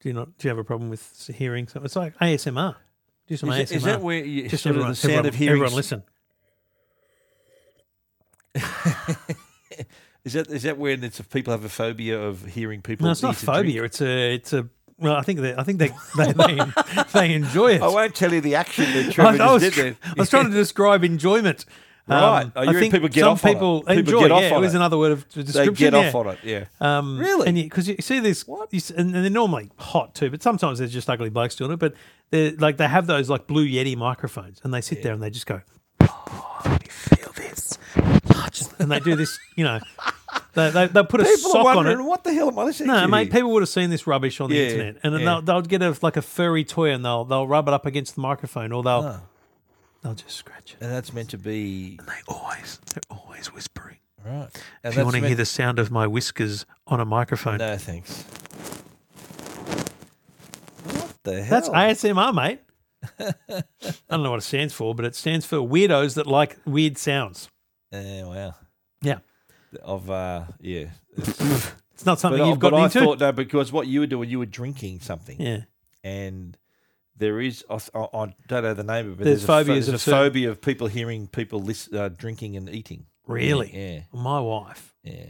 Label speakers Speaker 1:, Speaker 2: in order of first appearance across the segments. Speaker 1: Do you not? Do you have a problem with s- hearing something? It's like ASMR. Do some
Speaker 2: Is,
Speaker 1: ASMR.
Speaker 2: it, is that where you
Speaker 1: Just
Speaker 2: sort
Speaker 1: everyone,
Speaker 2: of the sound
Speaker 1: everyone,
Speaker 2: of hearing?
Speaker 1: Everyone listen.
Speaker 2: Is that is that where it's if people have a phobia of hearing people?
Speaker 1: No, it's not
Speaker 2: eat and drink?
Speaker 1: phobia. It's a. It's a. Well, I think they. I think they. They, they, they enjoy it.
Speaker 2: I won't tell you the action that Oh, Trevor
Speaker 1: I, I was,
Speaker 2: just
Speaker 1: tr-
Speaker 2: did there.
Speaker 1: I was trying to describe enjoyment. Um,
Speaker 2: Right. Oh, you mean people get
Speaker 1: some
Speaker 2: off on it.
Speaker 1: people
Speaker 2: People
Speaker 1: enjoy.
Speaker 2: get off
Speaker 1: yeah,
Speaker 2: on
Speaker 1: it was
Speaker 2: it.
Speaker 1: another word of
Speaker 2: they
Speaker 1: description.
Speaker 2: get
Speaker 1: yeah.
Speaker 2: off on it. Yeah.
Speaker 1: Um,
Speaker 2: Really?
Speaker 1: And because you, see these,
Speaker 2: What?
Speaker 1: you s- and, and they're normally hot too, but sometimes they're just ugly blokes doing it. But they're like they have those like blue Yeti microphones, and they sit there and they just go,
Speaker 3: Feel this. Touch
Speaker 1: and they do this, you know, they they they'll put a
Speaker 2: People are
Speaker 1: sock on
Speaker 2: wondering
Speaker 1: it.
Speaker 2: what the hell am I listening
Speaker 1: No,
Speaker 2: to?
Speaker 1: mate,
Speaker 2: here?"
Speaker 1: people would have seen this rubbish on the
Speaker 2: Yeah,
Speaker 1: internet, and then
Speaker 2: yeah.
Speaker 1: they'll they'll get a like a furry toy and they'll they'll rub it up against the microphone, or they'll
Speaker 2: Oh.
Speaker 1: they'll just scratch it.
Speaker 2: and that's meant to be
Speaker 1: They always they're always whispering.
Speaker 2: right. And
Speaker 1: If you
Speaker 2: that's
Speaker 1: want to
Speaker 2: meant-
Speaker 1: hear the sound of my whiskers on a microphone,
Speaker 2: No, thanks. What the hell?
Speaker 1: that's ASMR, mate. I don't know what it stands for, but it stands for weirdos that like weird sounds.
Speaker 2: Eh, wow.
Speaker 1: Yeah,
Speaker 2: Of uh, yeah.
Speaker 1: it's not something you've
Speaker 2: but
Speaker 1: gotten
Speaker 2: I
Speaker 1: into.
Speaker 2: thought no, because what you were doing, you were drinking something,
Speaker 1: yeah,
Speaker 2: and there is I, I, I don't know the name of it. But
Speaker 1: There's
Speaker 2: there's, a pho-
Speaker 1: phobias
Speaker 2: there's
Speaker 1: of
Speaker 2: a
Speaker 1: certain-
Speaker 2: phobia of people hearing people lis- uh, drinking and eating.
Speaker 1: really.
Speaker 2: Yeah.
Speaker 1: My wife,
Speaker 2: Yeah.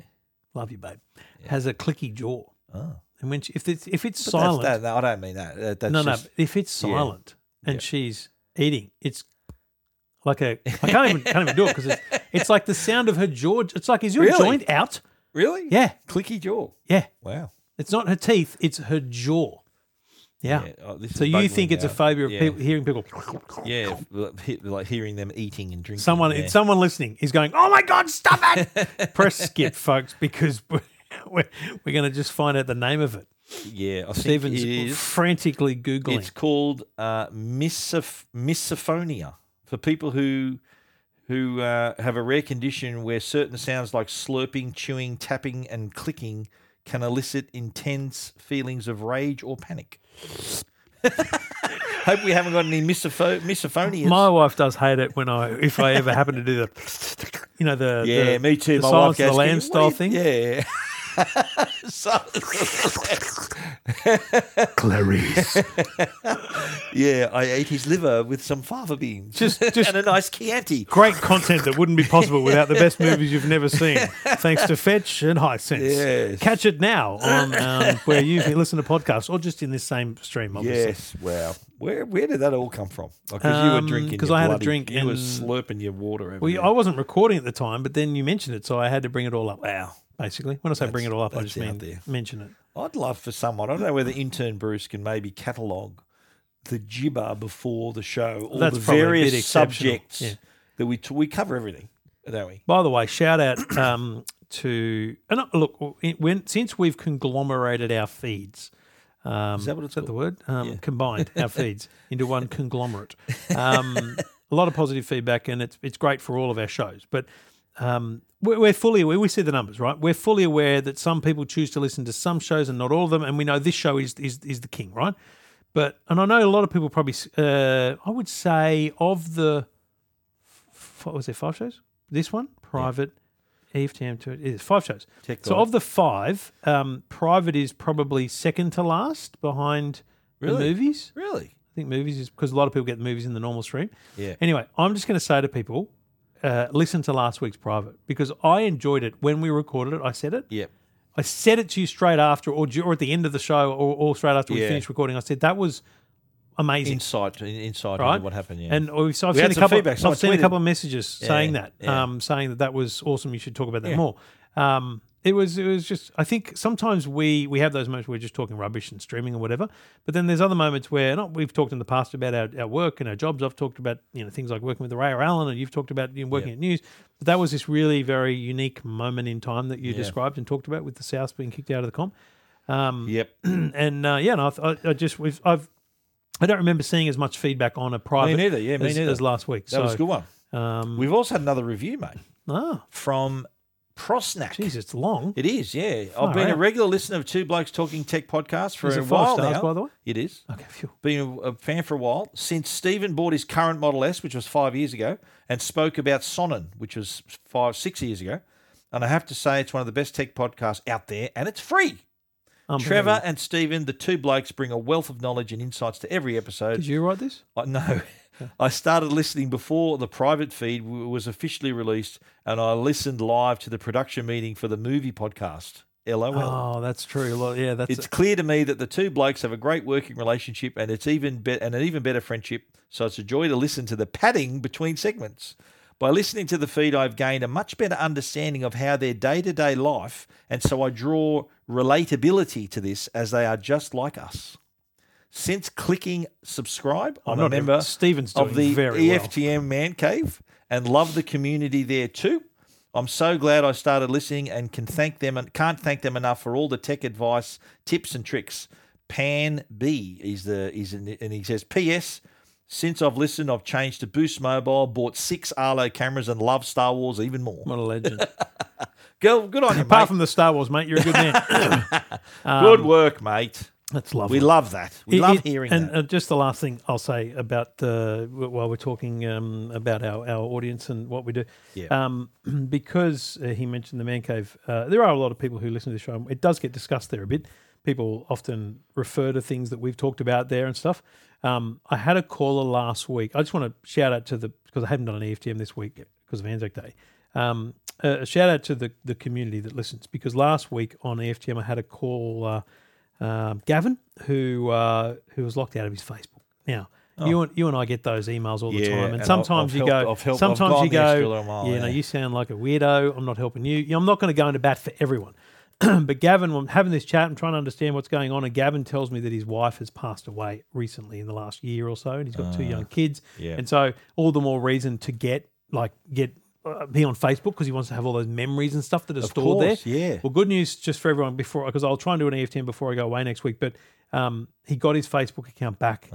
Speaker 1: love you, babe, has a clicky jaw,
Speaker 2: Oh.
Speaker 1: and when she, if it's if it's
Speaker 2: But that's-
Speaker 1: silent,
Speaker 2: that- that- I don't mean that. That- that's
Speaker 1: no,
Speaker 2: just,
Speaker 1: no, if it's
Speaker 2: yeah.
Speaker 1: silent and
Speaker 2: Yeah.
Speaker 1: she's eating, it's like a I can't even can't even do it because it's it's like the sound of her jaw. It's like is your
Speaker 2: Really?
Speaker 1: joint out?
Speaker 2: Really?
Speaker 1: Yeah,
Speaker 2: Clicky jaw.
Speaker 1: yeah.
Speaker 2: Wow.
Speaker 1: It's not her teeth; it's her jaw. Yeah.
Speaker 2: Oh, this
Speaker 1: So
Speaker 2: is
Speaker 1: you
Speaker 2: bugging
Speaker 1: think
Speaker 2: me
Speaker 1: it's a
Speaker 2: out.
Speaker 1: phobia of
Speaker 2: yeah.
Speaker 1: people hearing people?
Speaker 2: Yeah, like he- like hearing them eating and drinking.
Speaker 1: Someone,
Speaker 2: yeah.
Speaker 1: someone listening is going, "Oh my god, stop it!" Press skip, folks, because we're, we're, we're going to just find out the name of it.
Speaker 2: yeah. I think
Speaker 1: Stephen's
Speaker 2: it is.
Speaker 1: frantically googling.
Speaker 2: It's called uh, misoph- misophonia for people who who uh, have a rare condition where certain sounds like slurping, chewing, tapping, and clicking can elicit intense feelings of rage or panic. Hope we haven't got any misopho- misophonias.
Speaker 1: my wife does hate it when I, if I ever happen to do the, you know the
Speaker 2: yeah,
Speaker 1: the-
Speaker 2: me too.
Speaker 1: the
Speaker 2: my
Speaker 1: Silence of
Speaker 2: wife goes,
Speaker 1: the
Speaker 2: "Can you-
Speaker 1: Lambs style
Speaker 2: what do
Speaker 1: thing.
Speaker 2: you-" Yeah. Silence-
Speaker 3: Clarice.
Speaker 2: yeah, I ate his liver with some fava beans
Speaker 1: Just, just
Speaker 2: and a nice Chianti.
Speaker 1: great content that wouldn't be possible without the best movies you've never seen, thanks to Fetch and High Sense.
Speaker 2: Yes.
Speaker 1: Catch it now on um, where you can listen to podcasts or just in this same stream, obviously.
Speaker 2: Yes, wow. Where where did that all come from? Because you
Speaker 1: Um,
Speaker 2: were drinking.
Speaker 1: 'cause
Speaker 2: your
Speaker 1: I had a
Speaker 2: bloody-
Speaker 1: drink
Speaker 2: You were
Speaker 1: and-
Speaker 2: slurping your water over
Speaker 1: Well,
Speaker 2: there.
Speaker 1: I wasn't recording at the time, but then you mentioned it, so I had to bring it all up.
Speaker 2: Wow.
Speaker 1: Basically, when I say bring it all up, I
Speaker 2: that's
Speaker 1: just mean
Speaker 2: out there.
Speaker 1: mention it.
Speaker 2: I'd love for someone. I don't know whether intern Bruce can maybe catalogue the gibber before the show, all
Speaker 1: That's
Speaker 2: the
Speaker 1: probably a bit
Speaker 2: various
Speaker 1: exceptional,
Speaker 2: subjects
Speaker 1: yeah.
Speaker 2: that we t- we cover everything, don't we?
Speaker 1: By the way, shout out um, to and uh, look it- when since we've conglomerated our feeds. Um, is
Speaker 2: that what it's
Speaker 1: the word? Um, Combined our feeds into one conglomerate. Um, a lot of positive feedback, and it's it's great for all of our shows. But um, we're, we're fully aware. We see the numbers, right? We're fully aware that some people choose to listen to some shows and not all of them, and we know this show is is is the king, right? But and I know a lot of people probably. s- Uh, I would say of the what was there five shows? This one, Private, Eve Tam to it is five shows.
Speaker 2: Tech
Speaker 1: so
Speaker 2: Guide.
Speaker 1: of the five, um, Private is probably second to last behind the
Speaker 2: Really?
Speaker 1: movies.
Speaker 2: Really?
Speaker 1: I think movies is because a lot of people get the movies in the normal stream.
Speaker 2: Yeah.
Speaker 1: Anyway, I'm just going to say to people, uh, listen to last week's Private because I enjoyed it when we recorded it. I said it.
Speaker 2: Yep.
Speaker 1: I said it to you straight after, or, dur- or at the end of the show, or, or straight after we
Speaker 2: Yeah.
Speaker 1: finished recording. I said that was amazing.
Speaker 2: Insight, in- insight
Speaker 1: Right.
Speaker 2: into what happened. Yeah.
Speaker 1: And we've, so I've
Speaker 2: We
Speaker 1: seen
Speaker 2: had
Speaker 1: a
Speaker 2: some
Speaker 1: couple.
Speaker 2: feedback, so I
Speaker 1: I've seen a
Speaker 2: tweeted.
Speaker 1: couple of messages
Speaker 2: Yeah,
Speaker 1: saying that,
Speaker 2: yeah.
Speaker 1: um, saying that that was awesome. You should talk about that more. Um, it was it was just I think sometimes we we have those moments where we're just talking rubbish and streaming or whatever. But then there's other moments where not we've talked in the past about our, our work and our jobs. I've talked about you know things like working with Ray or Allen, and you've talked about you know, working at news. But that was this really very unique moment in time that you described and talked about with the South being kicked out of the comp
Speaker 2: yep.
Speaker 1: and uh, yeah, no, I, th- I, I just we've, I've I don't remember seeing as much feedback on a private
Speaker 2: neither, yeah, me
Speaker 1: as, Mm.
Speaker 2: neither.
Speaker 1: as last week. um,
Speaker 2: That was a good one. We've also had another review, mate,
Speaker 1: Oh,
Speaker 2: from Prosnack.
Speaker 1: geez, it's long.
Speaker 2: It is, yeah. I've been a
Speaker 1: out.
Speaker 2: regular listener of Two Blokes Talking Tech podcast for
Speaker 1: Is
Speaker 2: a
Speaker 1: it five
Speaker 2: while
Speaker 1: stars,
Speaker 2: now.
Speaker 1: by the way?
Speaker 2: It is.
Speaker 1: Okay, phew.
Speaker 2: Been a, a fan for a while since Stephen bought his current Model S, which was five years ago, and spoke about Sonnen, which was five six years ago. And I have to say, it's one of the best tech podcasts out there, and it's free. Trevor and Stephen, the two blokes, bring a wealth of knowledge and insights to every episode.
Speaker 1: Did you write this?
Speaker 2: I, no, I started listening before the private feed w- was officially released, and I listened live to the production meeting for the movie podcast. LOL.
Speaker 1: oh, that's true. Lo- Yeah, that's
Speaker 2: It's clear to me that the two blokes have a great working relationship and it's even be- and an even better friendship. So it's a joy to listen to the padding between segments. By listening to the feed, I've gained a much better understanding of how their day to day life, and so I draw relatability to this as they are just like us. Since clicking subscribe, I'm,
Speaker 1: I'm
Speaker 2: a
Speaker 1: not
Speaker 2: member
Speaker 1: Stephen's doing
Speaker 2: of the E
Speaker 1: very well.
Speaker 2: EFTM Man Cave and love the community there too. I'm so glad I started listening and can thank them and can't thank them enough for all the tech advice, tips and tricks. Pan B is the is in, and he says PS since I've listened I've changed to Boost Mobile, bought 6 Arlo cameras and love Star Wars even more.
Speaker 1: what a legend.
Speaker 2: Girl, good on you,
Speaker 1: Apart
Speaker 2: mate.
Speaker 1: from the Star Wars, mate, you're a good man.
Speaker 2: good work, mate.
Speaker 1: that's lovely.
Speaker 2: We love that. We
Speaker 1: It-
Speaker 2: love
Speaker 1: it-
Speaker 2: hearing
Speaker 1: and,
Speaker 2: that.
Speaker 1: uh, just the last thing I'll say about uh, w- while we're talking um, about our, our audience and what we do,
Speaker 2: Yeah.
Speaker 1: um, because uh, he mentioned the man cave, uh, there are a lot of people who listen to the show. and It does get discussed there a bit. People often refer to things that we've talked about there and stuff. Um, I had a caller last week. I just want to shout out to the because I haven't done an E EFTM this week because of Anzac Day. Um, a a shout out to the the community that listens because last week on E EFTM I had a caller um, Gavin, who uh, who was locked out of his Facebook. Now, you and you and I get those emails all the
Speaker 2: Oh. Yeah,
Speaker 1: time, and,
Speaker 2: and I've-
Speaker 1: sometimes
Speaker 2: I've
Speaker 1: you
Speaker 2: helped-
Speaker 1: go,
Speaker 2: I've helped- I've
Speaker 1: sometimes
Speaker 2: gone
Speaker 1: you
Speaker 2: the extra
Speaker 1: go,
Speaker 2: little mile,
Speaker 1: yeah, no,
Speaker 2: yeah.
Speaker 1: you sound like a weirdo. I'm not helping you. I'm not going to go into bat for everyone. but Gavin, I'm having this chat. I'm trying to understand what's going on, and Gavin tells me that his wife has passed away recently in the last year or so, and he's got two young kids.
Speaker 2: Ah, yeah.
Speaker 1: And so all the more reason to get like get uh, be on Facebook because he wants to have all those memories and stuff that are stored
Speaker 2: course,
Speaker 1: there.
Speaker 2: yeah.
Speaker 1: Well, good news just for everyone before because I'll try and do an E EFTM before I go away next week. But um, he got his Facebook account back.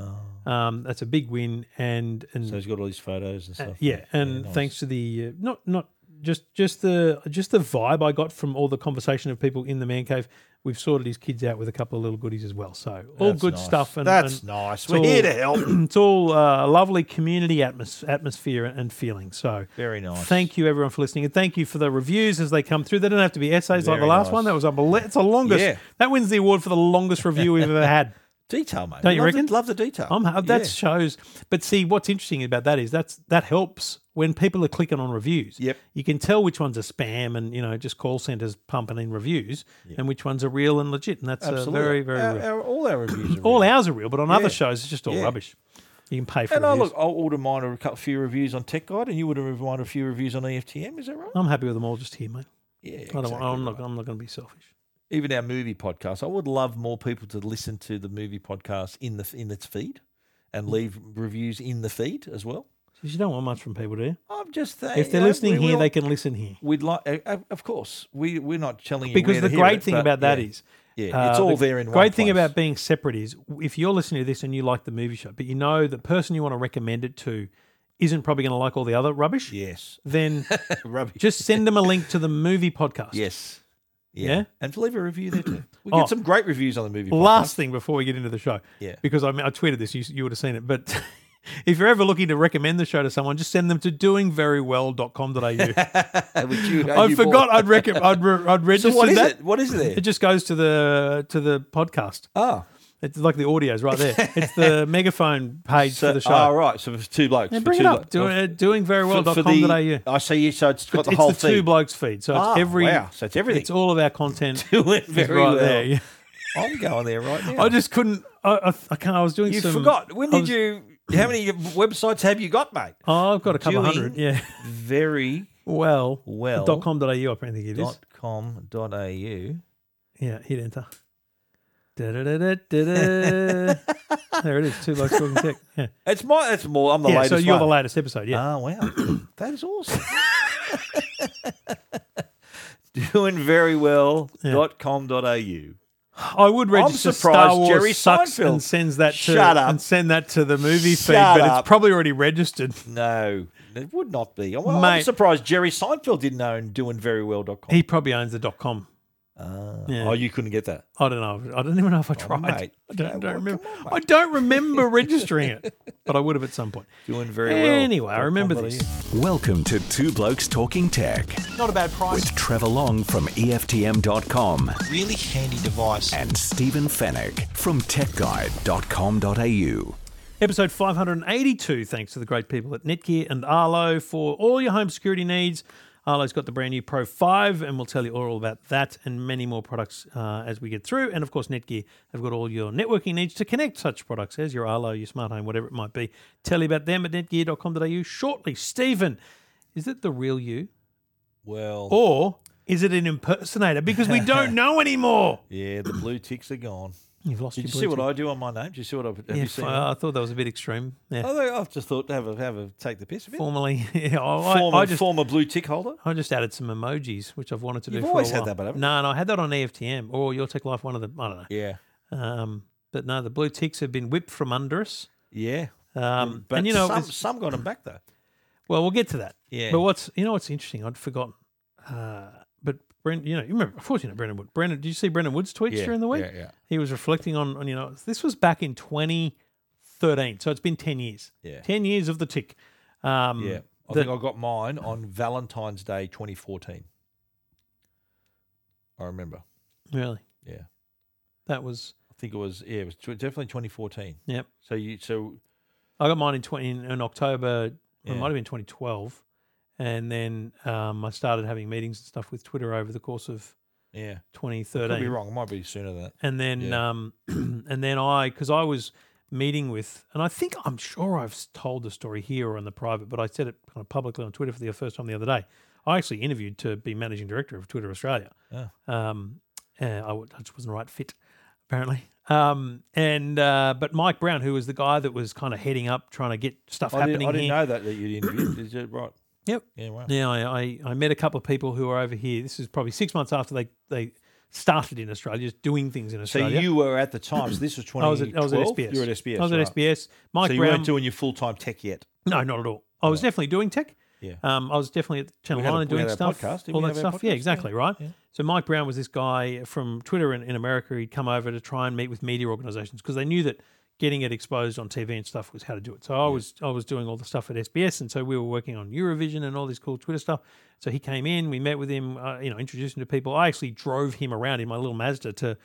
Speaker 1: Um, that's a big win, and and
Speaker 2: Oh. so he's got all these photos and stuff.
Speaker 1: yeah, and thanks to the uh, not not just just the just the vibe I got from all the conversation of people in the man cave. We've sorted his kids out with a couple of little goodies as well. So all
Speaker 2: That's
Speaker 1: good
Speaker 2: nice.
Speaker 1: stuff. And
Speaker 2: That's
Speaker 1: and
Speaker 2: nice.
Speaker 1: it's
Speaker 2: We're
Speaker 1: all-
Speaker 2: here to help.
Speaker 1: it's all uh, a lovely community atmos- atmosphere and feeling. So
Speaker 2: Very nice.
Speaker 1: Thank you everyone for listening, and thank you for the reviews as they come through. They don't have to be essays like
Speaker 2: Very
Speaker 1: the last
Speaker 2: nice.
Speaker 1: one. That was unbelievable. It's the longest.
Speaker 2: Yeah.
Speaker 1: That wins the award for the longest review we've ever had.
Speaker 2: Detail, mate.
Speaker 1: Don't you
Speaker 2: love
Speaker 1: reckon?
Speaker 2: The, love the detail.
Speaker 1: I'm ha- that
Speaker 2: Yeah.
Speaker 1: shows. But see, what's interesting about that is that's that helps when people are clicking on reviews.
Speaker 2: Yep.
Speaker 1: You can tell which ones are spam and you know just call centers pumping in reviews, and which ones are real and legit. And that's uh,
Speaker 2: Absolutely.
Speaker 1: very very
Speaker 2: Our-
Speaker 1: real.
Speaker 2: our- all our reviews are
Speaker 1: All
Speaker 2: real.
Speaker 1: ours are real, but on
Speaker 2: Yeah.
Speaker 1: other shows it's just all
Speaker 2: Yeah.
Speaker 1: rubbish. You can pay for
Speaker 2: And I
Speaker 1: reviews.
Speaker 2: look, I would have minded a couple- few reviews on Tech Guide, and you would have minded a few reviews on E EFTM. Is that right?
Speaker 1: I'm happy with them all just here, mate.
Speaker 2: Yeah,
Speaker 1: I don't.
Speaker 2: exactly
Speaker 1: want I'm
Speaker 2: right.
Speaker 1: not. I'm not going to be selfish.
Speaker 2: Even our movie podcast, I would love more people to listen to the movie podcast in the in its feed,
Speaker 1: Mm.
Speaker 2: and leave reviews in the feed as well.
Speaker 1: You don't want much from people, do you?
Speaker 2: I'm just
Speaker 1: If they're listening here, they can listen here.
Speaker 2: We'd like, uh, uh, of course, we we're not telling you
Speaker 1: Because
Speaker 2: where
Speaker 1: the
Speaker 2: to hear
Speaker 1: great
Speaker 2: it,
Speaker 1: thing
Speaker 2: but
Speaker 1: about that
Speaker 2: yeah.
Speaker 1: is,
Speaker 2: yeah, it's
Speaker 1: uh,
Speaker 2: all
Speaker 1: the
Speaker 2: there in one
Speaker 1: Great thing
Speaker 2: place.
Speaker 1: about being separate is if you're listening to this and you like the movie show, but you know the person you want to recommend it to isn't probably going to like all the other rubbish,
Speaker 2: yes,
Speaker 1: then
Speaker 2: rubbish.
Speaker 1: just send them a link to the movie podcast.
Speaker 2: Yes.
Speaker 1: Yeah?
Speaker 2: And leave a review there too. We
Speaker 1: Oh.
Speaker 2: get some great reviews on the movie.
Speaker 1: Last thing before we get into the show,
Speaker 2: Yeah.
Speaker 1: because I, mean, I tweeted this, you, you would have seen it, but. If you're ever looking to recommend the show to someone, just send them to doingverywell.com.au.
Speaker 2: podcast, which you-
Speaker 1: I
Speaker 2: you
Speaker 1: forgot
Speaker 2: bought.
Speaker 1: I'd, rec- I'd, re- I'd
Speaker 2: So
Speaker 1: registered
Speaker 2: what is
Speaker 1: that.
Speaker 2: it? What is it there?
Speaker 1: It just goes to the to the podcast.
Speaker 2: Oh,
Speaker 1: It's like the audio's right there. It's the megaphone page
Speaker 2: so,
Speaker 1: for the show.
Speaker 2: Oh, right. So it's two blokes.
Speaker 1: Yeah,
Speaker 2: for
Speaker 1: bring it
Speaker 2: two
Speaker 1: up. Do,
Speaker 2: blo- oh,
Speaker 1: uh, doingverywell.com.au.
Speaker 2: for- for the- I see you. So it's got the
Speaker 1: it's
Speaker 2: whole
Speaker 1: the two
Speaker 2: thing.
Speaker 1: blokes feed. So
Speaker 2: Ah,
Speaker 1: it's every.
Speaker 2: wow. So it's everything.
Speaker 1: It's all of our content.
Speaker 2: Doing
Speaker 1: is
Speaker 2: very
Speaker 1: right
Speaker 2: well.
Speaker 1: there. Yeah.
Speaker 2: I'm going there right now.
Speaker 1: I just couldn't. I, I, I can't. I was doing
Speaker 2: you
Speaker 1: some.
Speaker 2: forgot. When
Speaker 1: I
Speaker 2: did
Speaker 1: was-
Speaker 2: you? How many websites have you got, mate?
Speaker 1: Oh, I've got a couple
Speaker 2: doing
Speaker 1: hundred. Yeah.
Speaker 2: Very
Speaker 1: Well.
Speaker 2: Well.
Speaker 1: Dot com. Dot au. I think it is.
Speaker 2: dot com dot au.
Speaker 1: Yeah. Hit enter. Da-da-da-da-da. there it is. Two blokes talking tech. Yeah.
Speaker 2: It's my. It's more. I'm the
Speaker 1: yeah so
Speaker 2: latest.
Speaker 1: you're
Speaker 2: one.
Speaker 1: the latest episode. Yeah.
Speaker 2: Oh, wow. that is awesome. Doing very well. dot com dot au.
Speaker 1: I would register Star
Speaker 2: surprised
Speaker 1: Wars
Speaker 2: Jerry
Speaker 1: sucks
Speaker 2: Seinfeld.
Speaker 1: and sends that to
Speaker 2: Shut up.
Speaker 1: and send that to the movie feed,
Speaker 2: Shut
Speaker 1: but
Speaker 2: up.
Speaker 1: it's probably already registered.
Speaker 2: No, it would not be. I'm, I'm
Speaker 1: Mate.
Speaker 2: surprised Jerry Seinfeld didn't own doingverywell.com.
Speaker 1: He probably owns the dot com.
Speaker 2: Ah.
Speaker 1: Yeah.
Speaker 2: Oh, you couldn't get that.
Speaker 1: I don't know. I don't even know if I tried.
Speaker 2: Oh, mate.
Speaker 1: I don't,
Speaker 2: Yeah,
Speaker 1: don't
Speaker 2: well,
Speaker 1: remember.
Speaker 2: come on,
Speaker 1: I don't remember registering it, but I would have at some point.
Speaker 2: Doing very well.
Speaker 1: Anyway, I remember
Speaker 2: Somebody-
Speaker 1: this.
Speaker 4: Welcome to Two Blokes Talking Tech
Speaker 1: Not a bad price.
Speaker 4: with Trevor Long from E EFTM.com
Speaker 5: Really handy device.
Speaker 4: and Stephen Fennec from TechGuide.com.au.
Speaker 1: Episode 582, thanks to the great people at Netgear and Arlo for all your home security needs. Arlo's got the brand new Pro 5, and we'll tell you all about that and many more products uh, as we get through. And of course, Netgear have got all your networking needs to connect such products as your Arlo, your smart home, whatever it might be. Tell you about them at netgear.com.au shortly. Stephen, is it the real you?
Speaker 2: Well,
Speaker 1: Or is it an impersonator? Because we don't know anymore.
Speaker 2: yeah, the blue ticks are gone.
Speaker 1: You've lost
Speaker 2: Did you
Speaker 1: your
Speaker 2: see what
Speaker 1: Bluetooth.
Speaker 2: I do on my name? Did you see what I have
Speaker 1: Yeah,
Speaker 2: you seen? Oh,
Speaker 1: I thought that was a bit extreme. Yeah.
Speaker 2: I think- I've just thought have a have a take the piss a bit.
Speaker 1: Formerly, yeah, I,
Speaker 2: Former,
Speaker 1: I just
Speaker 2: former blue tick holder.
Speaker 1: I just added some emojis, which I've wanted to
Speaker 2: You've
Speaker 1: do.
Speaker 2: always
Speaker 1: for a
Speaker 2: had
Speaker 1: while.
Speaker 2: that, but haven't
Speaker 1: no, no, I had that on E EFTM or Your Tech Life, one of them. I don't
Speaker 2: Yeah,
Speaker 1: know. Um, but no, the blue ticks have been whipped from under us.
Speaker 2: yeah.
Speaker 1: Um,
Speaker 2: Mm, But
Speaker 1: and you know,
Speaker 2: some,
Speaker 1: it's-
Speaker 2: some got them back though.
Speaker 1: well, we'll get to that.
Speaker 2: Yeah.
Speaker 1: But what's you know what's interesting? I'd forgotten. Uh, but Brendan, you know, you remember, of course, you know Brendan Wood. Brendan, did you see Brendan Wood's tweets
Speaker 2: Yeah,
Speaker 1: during the week?
Speaker 2: yeah, yeah.
Speaker 1: He was reflecting on, on you know, this was back in 2013, so it's been 10 years.
Speaker 2: Yeah.
Speaker 1: 10 years of the tick. Um,
Speaker 2: Yeah, I
Speaker 1: the-
Speaker 2: think I got mine on Valentine's Day, 2014. I remember.
Speaker 1: Really,
Speaker 2: Yeah, I
Speaker 1: that was
Speaker 2: think it was. Yeah, it was tw- definitely 2014.
Speaker 1: yep.
Speaker 2: So you so
Speaker 1: I got mine in twenty in, in October. It
Speaker 2: Yeah.
Speaker 1: might have been twenty twelve, and then um, I started having meetings and stuff with Twitter over the course of
Speaker 2: yeah.
Speaker 1: twenty
Speaker 2: Could be
Speaker 1: thirteen.
Speaker 2: wrong. It might be sooner than that.
Speaker 1: And then
Speaker 2: Yeah.
Speaker 1: um, and then I because I was meeting with and I think I'm sure I've s- told the story here or in the private, but I said it kind of publicly on Twitter for the first time the other day. I actually interviewed to be managing director of Twitter Australia.
Speaker 2: Oh.
Speaker 1: Um, and I, w- I just wasn't the right fit, apparently. Um, and uh, but Mike Brown, who was the guy that was kind of heading up, trying to get stuff
Speaker 2: I
Speaker 1: happening
Speaker 2: didn't, I didn't
Speaker 1: here.
Speaker 2: know that that you'd interviewed. Is it right?
Speaker 1: Yep.
Speaker 2: Yeah. Wow.
Speaker 1: Yeah, I, I, I met a couple of people who are over here. This is probably six months after they, they started in Australia, just doing things in
Speaker 2: So
Speaker 1: Australia.
Speaker 2: you were at the time. So this was
Speaker 1: I was at,
Speaker 2: 2012.
Speaker 1: I was at SBS.
Speaker 2: You were at SBS.
Speaker 1: I was
Speaker 2: right.
Speaker 1: at SBS. Mike
Speaker 2: so you
Speaker 1: Brown.
Speaker 2: weren't doing your full time tech yet.
Speaker 1: no, not at all. I was definitely doing tech.
Speaker 2: Yeah.
Speaker 1: Um, I was definitely at Channel
Speaker 2: We had a-
Speaker 1: 9
Speaker 2: we
Speaker 1: doing
Speaker 2: had our
Speaker 1: stuff.
Speaker 2: podcast, didn't
Speaker 1: all
Speaker 2: we
Speaker 1: that
Speaker 2: have our
Speaker 1: stuff. Yeah,
Speaker 2: podcast?
Speaker 1: exactly, right? So Mike Brown was this guy from Twitter in, in America. He'd come over to try and meet with media organizations because they knew that getting it exposed on TV and stuff was how to do it. So I was I was doing all the stuff at SBS and so we were working on Eurovision and all this cool Twitter stuff. So he came in, we met with him, uh, you know, introduced him to people. I actually drove him around in my little Mazda to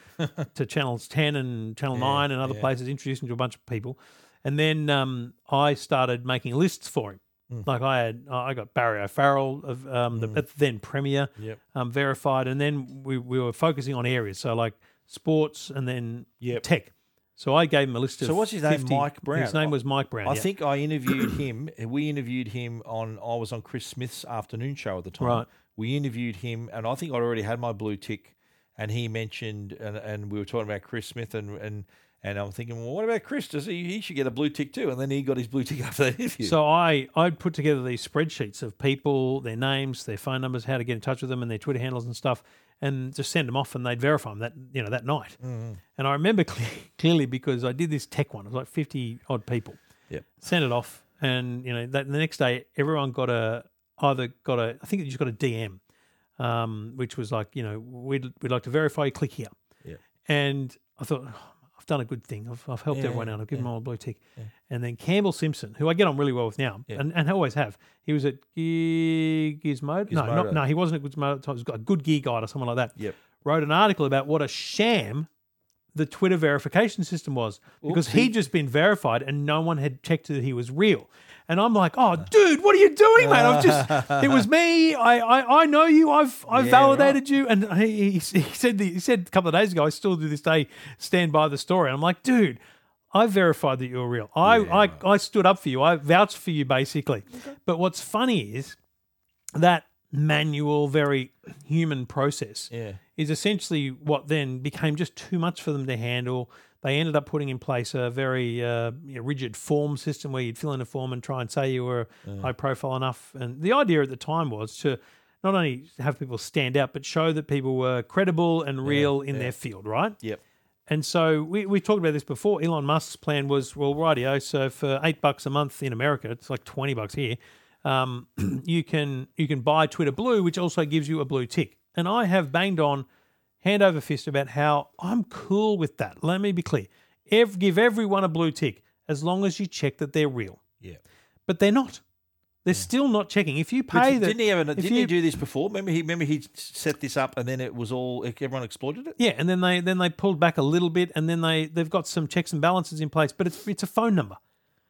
Speaker 1: to channels 10 and channel 9 and other places introduced him to a bunch of people. And then um, I started making lists for him.
Speaker 2: Mm.
Speaker 1: Like I had, I got Barry O'Farrell of um, the then Premier,
Speaker 2: Yep.
Speaker 1: um, verified, and then we, we were focusing on areas, so like sports and then
Speaker 2: Yep.
Speaker 1: tech. So I gave him a list of.
Speaker 2: So what's his name,
Speaker 1: 50
Speaker 2: Mike Brown?
Speaker 1: His name was Mike Brown.
Speaker 2: I
Speaker 1: yeah.
Speaker 2: think I interviewed him. We interviewed him on. I was on Chris Smith's afternoon show at the time.
Speaker 1: Right.
Speaker 2: We interviewed him, and I think I'd already had my blue tick. And he mentioned, and, and we were talking about Chris Smith, and and and I'm thinking, well, what about Chris? Does he he should get a blue tick too? And then he got his blue tick after that interview.
Speaker 1: So I I'd put together these spreadsheets of people, their names, their phone numbers, how to get in touch with them, and their Twitter handles and stuff, and just send them off, and they'd verify them that you know that night.
Speaker 2: Mm-hmm.
Speaker 1: And I remember cle clearly because I did this tech one. It was like fifty odd people.
Speaker 2: Yep.
Speaker 1: Sent it off, and you know that the next day everyone got a either got a I think you just got a DM, um, which was like you know we'd we'd like to verify. you, Click here.
Speaker 2: Yep.
Speaker 1: And I thought "Oh, I've done a good thing. I've, I've helped
Speaker 2: Yeah,
Speaker 1: everyone out. I've given them all a blue tick. And then Campbell Simpson, who I get on really well with now,
Speaker 2: Yeah.
Speaker 1: and, and I always have. He was at Gear Gizmodo. No, not,
Speaker 2: Gizmodo.
Speaker 1: no, he wasn't at Gizmodo. at the time. He was got a good gear guide or someone like that.
Speaker 2: Yep.
Speaker 1: Wrote an article about what a sham the Twitter verification system was because he'd just been verified and no one had checked that he was real. And I'm like, oh, dude, what are you doing, man? I've just, it was me. I, I, I know you. I've, I've
Speaker 2: Yeah,
Speaker 1: validated you. And he, he, he said, the, he said a couple of days ago, I still do this day stand by the story. And I'm like, dude, I verified that you were real. I, I, I stood up for you. I vouched for you, basically. But what's funny is that manual, very human process
Speaker 2: yeah,
Speaker 1: is essentially what then became just too much for them to handle. They ended up putting in place a very uh, you know, rigid form system where you'd fill in a form and try and say you were high profile enough. And the idea at the time was to not only have people stand out, but show that people were credible and real in their field, right?
Speaker 2: yep,
Speaker 1: And so we, we talked about this before. Elon Musk's plan was, well, rightio, so for eight bucks a month in America, it's like twenty bucks here. Um, you can you can buy Twitter Blue, which also gives you a blue tick. And I have banged on hand over fist about how I'm cool with that. Let me be clear. Ev- give everyone a blue tick as long as you check that they're real.
Speaker 2: Yeah.
Speaker 1: But they're not. They're still not checking. If you pay
Speaker 2: Which-
Speaker 1: the-
Speaker 2: didn't he have an,
Speaker 1: if
Speaker 2: Didn't
Speaker 1: you-
Speaker 2: he do this before? Remember he remember he set this up and then it was all everyone exploited it.
Speaker 1: Yeah, and then they then they pulled back a little bit, and then they they've got some checks and balances in place, but it's it's a phone number.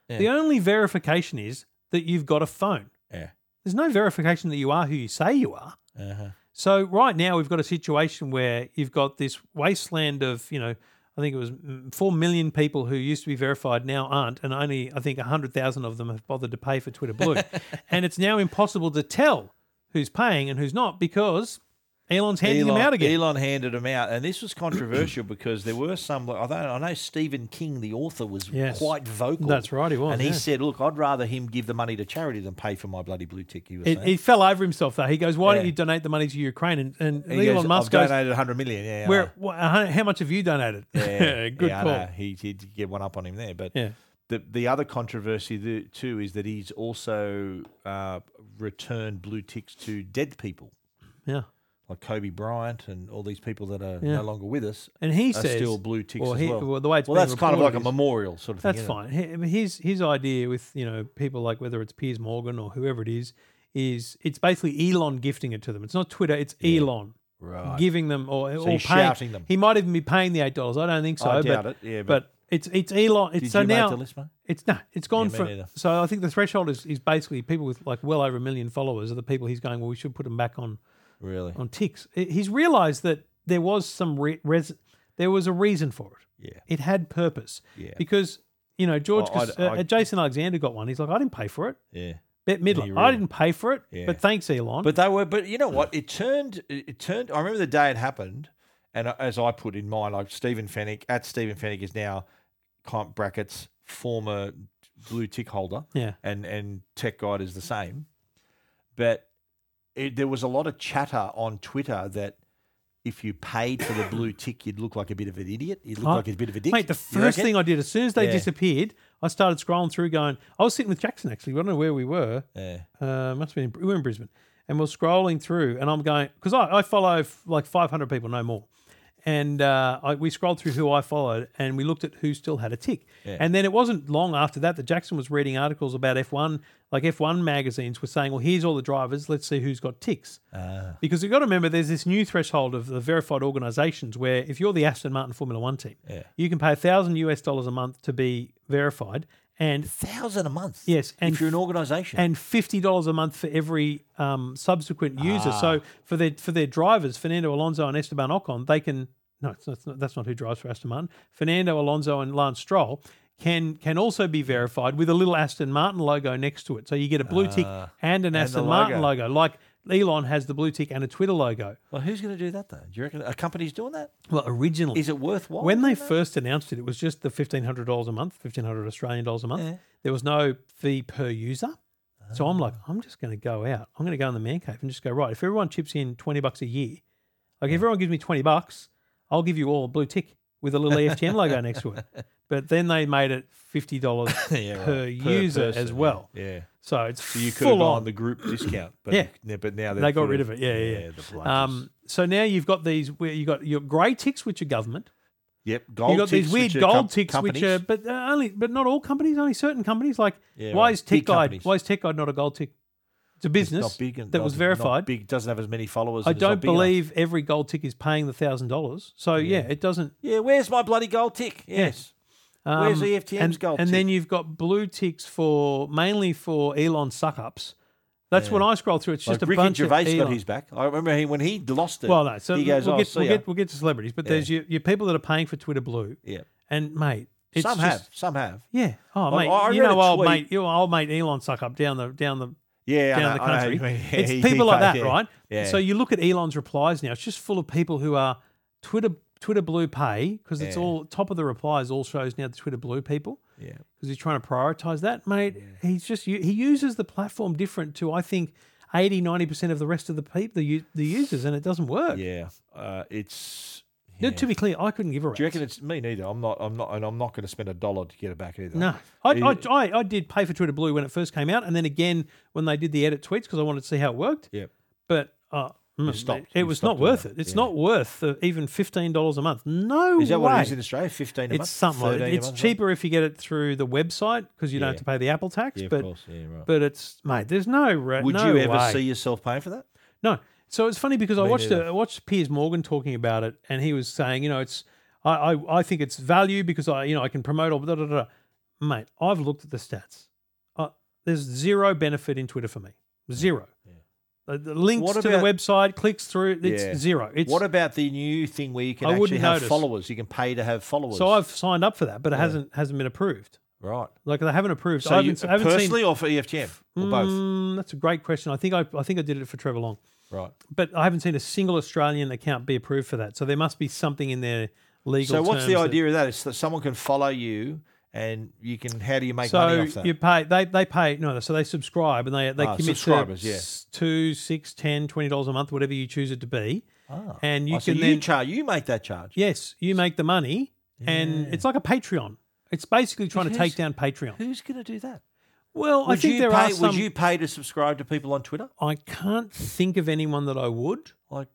Speaker 1: The only verification is that you've got a phone.
Speaker 2: Yeah.
Speaker 1: There's no verification that you are who you say you are.
Speaker 2: Uh-huh.
Speaker 1: So right now we've got a situation where you've got this wasteland of you know I think it was mm, four million people who used to be verified now aren't, and only I think hundred thousand of them have bothered to pay for Twitter Blue, and it's now impossible to tell who's paying and who's not because Elon's handing
Speaker 2: Elon,
Speaker 1: them out again.
Speaker 2: Elon handed them out, and this was controversial because there were some. like, I don't. I know Stephen King, the author, was
Speaker 1: Yes.
Speaker 2: quite vocal.
Speaker 1: That's right, he was,
Speaker 2: and he
Speaker 1: yeah.
Speaker 2: said, "Look, I'd rather him give the money to charity than pay for my bloody blue tick." You were
Speaker 1: It,
Speaker 2: saying.
Speaker 1: he fell over himself though. He goes, "Why don't
Speaker 2: Yeah.
Speaker 1: you donate the money to Ukraine?" And, and
Speaker 2: He
Speaker 1: E- Elon
Speaker 2: goes,
Speaker 1: Musk
Speaker 2: I've
Speaker 1: goes,
Speaker 2: donated 100 million. Yeah, I
Speaker 1: "Where?
Speaker 2: know."
Speaker 1: wha- how how much have you donated?"
Speaker 2: Yeah,
Speaker 1: good
Speaker 2: yeah, I
Speaker 1: call.
Speaker 2: know. He did get one up on him there, but
Speaker 1: Yeah.
Speaker 2: the the other controversy the, too is that he's also uh, returned blue ticks to dead people
Speaker 1: Yeah,
Speaker 2: like Kobe Bryant and all these people that are
Speaker 1: Yeah.
Speaker 2: no longer with us.
Speaker 1: and he
Speaker 2: are
Speaker 1: says,
Speaker 2: still blue ticks
Speaker 1: well,
Speaker 2: as
Speaker 1: he-
Speaker 2: well.
Speaker 1: well, the way it's
Speaker 2: well,
Speaker 1: being
Speaker 2: that's kind of like
Speaker 1: reported
Speaker 2: a
Speaker 1: is-
Speaker 2: memorial sort of thing.
Speaker 1: That's
Speaker 2: isn't it?
Speaker 1: fine. He- I mean, His his idea with you know people like whether it's Piers Morgan or whoever it is is it's basically Elon gifting it to them. It's not Twitter. It's Elon
Speaker 2: Right.
Speaker 1: giving them or, or paying.
Speaker 2: he's shouting them.
Speaker 1: He might even be paying the eight dollars. I don't think so.
Speaker 2: I
Speaker 1: but,
Speaker 2: doubt it, yeah, but-
Speaker 1: it's it's Elon. It's
Speaker 2: Did
Speaker 1: so
Speaker 2: you
Speaker 1: now
Speaker 2: make the list, mate?
Speaker 1: it's no. It's gone
Speaker 2: me
Speaker 1: from.
Speaker 2: neither.
Speaker 1: So I think the threshold is is basically people with like well over a million followers are the people he's going. Well, we should put them back on
Speaker 2: Really?
Speaker 1: on ticks. He- He's realised that there was some re- res- there was a reason for it.
Speaker 2: Yeah.
Speaker 1: It had purpose.
Speaker 2: Yeah.
Speaker 1: Because, you know, George,
Speaker 2: Well,
Speaker 1: Cas-
Speaker 2: I'd-
Speaker 1: uh,
Speaker 2: I'd-
Speaker 1: Jason Alexander got one. He's like, I didn't pay for it.
Speaker 2: Yeah.
Speaker 1: Bet Midler.
Speaker 2: you
Speaker 1: I
Speaker 2: really-
Speaker 1: didn't pay for it.
Speaker 2: Yeah.
Speaker 1: But thanks, Elon.
Speaker 2: But they were. But you know what? It turned. It turned. I remember the day it happened, and as I put in mine, like Stephen Fennick at Stephen Fennick is now, comp brackets former blue tick holder.
Speaker 1: Yeah.
Speaker 2: And and tech guide is the same, but it, there was a lot of chatter on Twitter that. If you paid for the blue tick, you'd look like a bit of an idiot. You'd look
Speaker 1: I-
Speaker 2: like a bit of a dick.
Speaker 1: Mate, the
Speaker 2: You
Speaker 1: first
Speaker 2: reckon?
Speaker 1: thing I did as soon as they
Speaker 2: Yeah.
Speaker 1: disappeared, I started scrolling through going, I was sitting with Jackson actually. I don't know where we were.
Speaker 2: Yeah.
Speaker 1: Uh, must have been in, we were in Brisbane. And we're scrolling through, and I'm going, because I, I follow f- like 500 people, no more. And uh, I, we scrolled through who I followed, and we looked at who still had a tick. And then it wasn't long after that that Jackson was reading articles about F1, like F1 magazines were saying, well, here's all the drivers, let's see who's got ticks. Because you've got to remember, there's this new threshold of the verified organisations where if you're the Aston Martin Formula One team, you can pay a thousand US dollars a month to be verified, and
Speaker 2: thousand a month.
Speaker 1: Yes, and-
Speaker 2: if you're an organisation,
Speaker 1: and fifty dollars a month for every um, subsequent user. So for their for their drivers, Fernando Alonso and Esteban Ocon, they can no, it's not, it's not- that's not who drives for Aston Martin. Fernando Alonso and Lance Stroll can can also be verified with a little Aston Martin logo next to it. So you get a blue tick Ah. and an Aston Martin
Speaker 2: logo.
Speaker 1: logo, like Elon has the blue tick and a Twitter logo.
Speaker 2: well, who's going to do that though? Do you reckon a company's doing that?
Speaker 1: Well, originally
Speaker 2: Is it worthwhile?
Speaker 1: when they
Speaker 2: doing that?
Speaker 1: first announced it, it was just the fifteen hundred dollars a month, fifteen hundred Australian dollars a month. There was no fee per user. So I'm
Speaker 2: Ah.
Speaker 1: like, I'm just going to go out. I'm going to go in the man cave and just go right. If everyone chips in twenty bucks a year, like if everyone gives me twenty bucks, I'll give you all a blue tick with a little E EFTM logo next to it. But then they made it fifty dollars
Speaker 2: Yeah,
Speaker 1: per
Speaker 2: right.
Speaker 1: user
Speaker 2: person,
Speaker 1: as
Speaker 2: yeah.
Speaker 1: well.
Speaker 2: Yeah.
Speaker 1: So it's
Speaker 2: So you could
Speaker 1: full
Speaker 2: have gone
Speaker 1: on.
Speaker 2: the group discount, but
Speaker 1: Yeah.
Speaker 2: yeah, but now
Speaker 1: they got rid of it. Yeah, yeah. yeah.
Speaker 2: the
Speaker 1: um,
Speaker 2: um,
Speaker 1: so now you've got these where you got your grey ticks, which are government.
Speaker 2: yep, gold
Speaker 1: you got
Speaker 2: ticks,
Speaker 1: these weird
Speaker 2: which are
Speaker 1: gold
Speaker 2: com-
Speaker 1: ticks,
Speaker 2: companies.
Speaker 1: which are but uh, only but not all companies, only certain companies. Like
Speaker 2: Yeah,
Speaker 1: why
Speaker 2: right.
Speaker 1: is Tech
Speaker 2: Big
Speaker 1: Guide
Speaker 2: companies.
Speaker 1: why is Tech Guide not a gold tick? It's a business
Speaker 2: not big and
Speaker 1: that
Speaker 2: not-
Speaker 1: was
Speaker 2: not
Speaker 1: verified.
Speaker 2: big doesn't have as many followers.
Speaker 1: I
Speaker 2: and it's not
Speaker 1: don't
Speaker 2: big enough.
Speaker 1: believe every gold tick is paying the thousand dollars. So yeah. it doesn't.
Speaker 2: Yeah, where's my bloody gold tick? Yes.
Speaker 1: Um,
Speaker 2: Where's E EFTM's
Speaker 1: and,
Speaker 2: gold
Speaker 1: And then you've got blue ticks for mainly for Elon suck ups. That's when I scroll through. It's just
Speaker 2: Like
Speaker 1: a
Speaker 2: Ricky
Speaker 1: bunch
Speaker 2: Gervais
Speaker 1: of Elon.
Speaker 2: got his back. I remember he when he lost it.
Speaker 1: well, no. So
Speaker 2: he goes,
Speaker 1: we'll,
Speaker 2: "Oh,
Speaker 1: get,
Speaker 2: see
Speaker 1: we'll,
Speaker 2: ya."
Speaker 1: get, we'll get to celebrities, but there's your, your people that are paying for Twitter Blue.
Speaker 2: yeah.
Speaker 1: And mate, it's
Speaker 2: some
Speaker 1: just,
Speaker 2: have, some have.
Speaker 1: Yeah. Oh,
Speaker 2: Like,
Speaker 1: mate.
Speaker 2: I- I
Speaker 1: you
Speaker 2: read
Speaker 1: know,
Speaker 2: a
Speaker 1: old
Speaker 2: tweet-
Speaker 1: mate, you know, old mate Elon suck up down the down the
Speaker 2: Yeah, I
Speaker 1: down
Speaker 2: know-
Speaker 1: the
Speaker 2: I know
Speaker 1: country.
Speaker 2: who you mean.
Speaker 1: it's
Speaker 2: He- he
Speaker 1: people like
Speaker 2: can't-
Speaker 1: that,
Speaker 2: yeah.
Speaker 1: right?
Speaker 2: Yeah.
Speaker 1: So you look at Elon's replies now. It's just full of people who are Twitter Twitter blue pay because it's all top of the replies. All shows now the Twitter blue people. Yeah. Because he's trying to prioritize that, mate. He's just u- he uses the platform different to I think 80 90 percent of the rest of the people the u- the users, and it doesn't work.
Speaker 2: Yeah, uh, it's.
Speaker 1: No,
Speaker 2: yeah.
Speaker 1: to be clear, I couldn't give a rat's.
Speaker 2: Do you reckon it's me neither? I'm not. I'm not, and I'm not going to spend a dollar to get it back either.
Speaker 1: No, I, I, I, I did pay for Twitter Blue when it first came out, and then again when they did the edit tweets because I wanted to see how it worked.
Speaker 2: Yep.
Speaker 1: But uh,
Speaker 2: We've stopped.
Speaker 1: It
Speaker 2: We've
Speaker 1: was
Speaker 2: stopped
Speaker 1: not
Speaker 2: doing
Speaker 1: worth
Speaker 2: that.
Speaker 1: it. It's
Speaker 2: Yeah.
Speaker 1: not worth uh, even fifteen dollars a month. No
Speaker 2: Is that
Speaker 1: way.
Speaker 2: what it is in Australia? Fifteen. A
Speaker 1: it's
Speaker 2: month?
Speaker 1: something. Like,
Speaker 2: 13 a
Speaker 1: it's
Speaker 2: month?
Speaker 1: cheaper if you get it through the website because you don't
Speaker 2: Yeah.
Speaker 1: have to pay the Apple tax.
Speaker 2: Yeah, of
Speaker 1: but
Speaker 2: course. Yeah, right.
Speaker 1: but it's mate. There's no ra-
Speaker 2: Would
Speaker 1: no
Speaker 2: you ever
Speaker 1: way.
Speaker 2: see yourself paying for that?
Speaker 1: No. So it's funny because I watched
Speaker 2: neither.
Speaker 1: a, I watched Piers Morgan talking about it, and he was saying, you know, it's I, I, I think it's value because I you know I can promote all blah, blah, blah. Mate, I've looked at the stats. Uh, there's zero benefit in Twitter for me. Zero. The, the links
Speaker 2: What
Speaker 1: to the
Speaker 2: about-
Speaker 1: website, clicks through, it's
Speaker 2: Yeah.
Speaker 1: zero. It's
Speaker 2: what about the new thing where you can
Speaker 1: I wouldn't
Speaker 2: actually have
Speaker 1: notice.
Speaker 2: followers? You can pay to have followers.
Speaker 1: so I've signed up for that, but it hasn't hasn't been approved.
Speaker 2: right.
Speaker 1: Like they haven't approved.
Speaker 2: So
Speaker 1: I
Speaker 2: you,
Speaker 1: haven't, I haven't
Speaker 2: personally
Speaker 1: seen.
Speaker 2: or for E EFTM or both?
Speaker 1: Mm, that's a great question. I think I, I think I did it for Trevor Long.
Speaker 2: Right.
Speaker 1: but I haven't seen a single Australian account be approved for that. So there must be something in their legal.
Speaker 2: So what's the
Speaker 1: terms that-
Speaker 2: idea of that? It's that someone can follow you and you can. How do you make money
Speaker 1: so
Speaker 2: off that?
Speaker 1: you pay they they pay no no so they subscribe and they they
Speaker 2: Ah,
Speaker 1: commit
Speaker 2: subscribers,
Speaker 1: to
Speaker 2: yeah.
Speaker 1: s- two six ten twenty dollars a month whatever you choose it to be,
Speaker 2: Ah.
Speaker 1: and you
Speaker 2: Oh, so
Speaker 1: can then
Speaker 2: you charge. You make that charge.
Speaker 1: yes you make the money and it's like a Patreon. It's basically trying to
Speaker 2: Because-
Speaker 1: take down Patreon.
Speaker 2: Who's going to do that?
Speaker 1: Well, I
Speaker 2: Would
Speaker 1: think
Speaker 2: you
Speaker 1: there
Speaker 2: pay,
Speaker 1: are some.
Speaker 2: Would you pay to subscribe to people on Twitter?
Speaker 1: I can't think of anyone that I would.
Speaker 2: Like,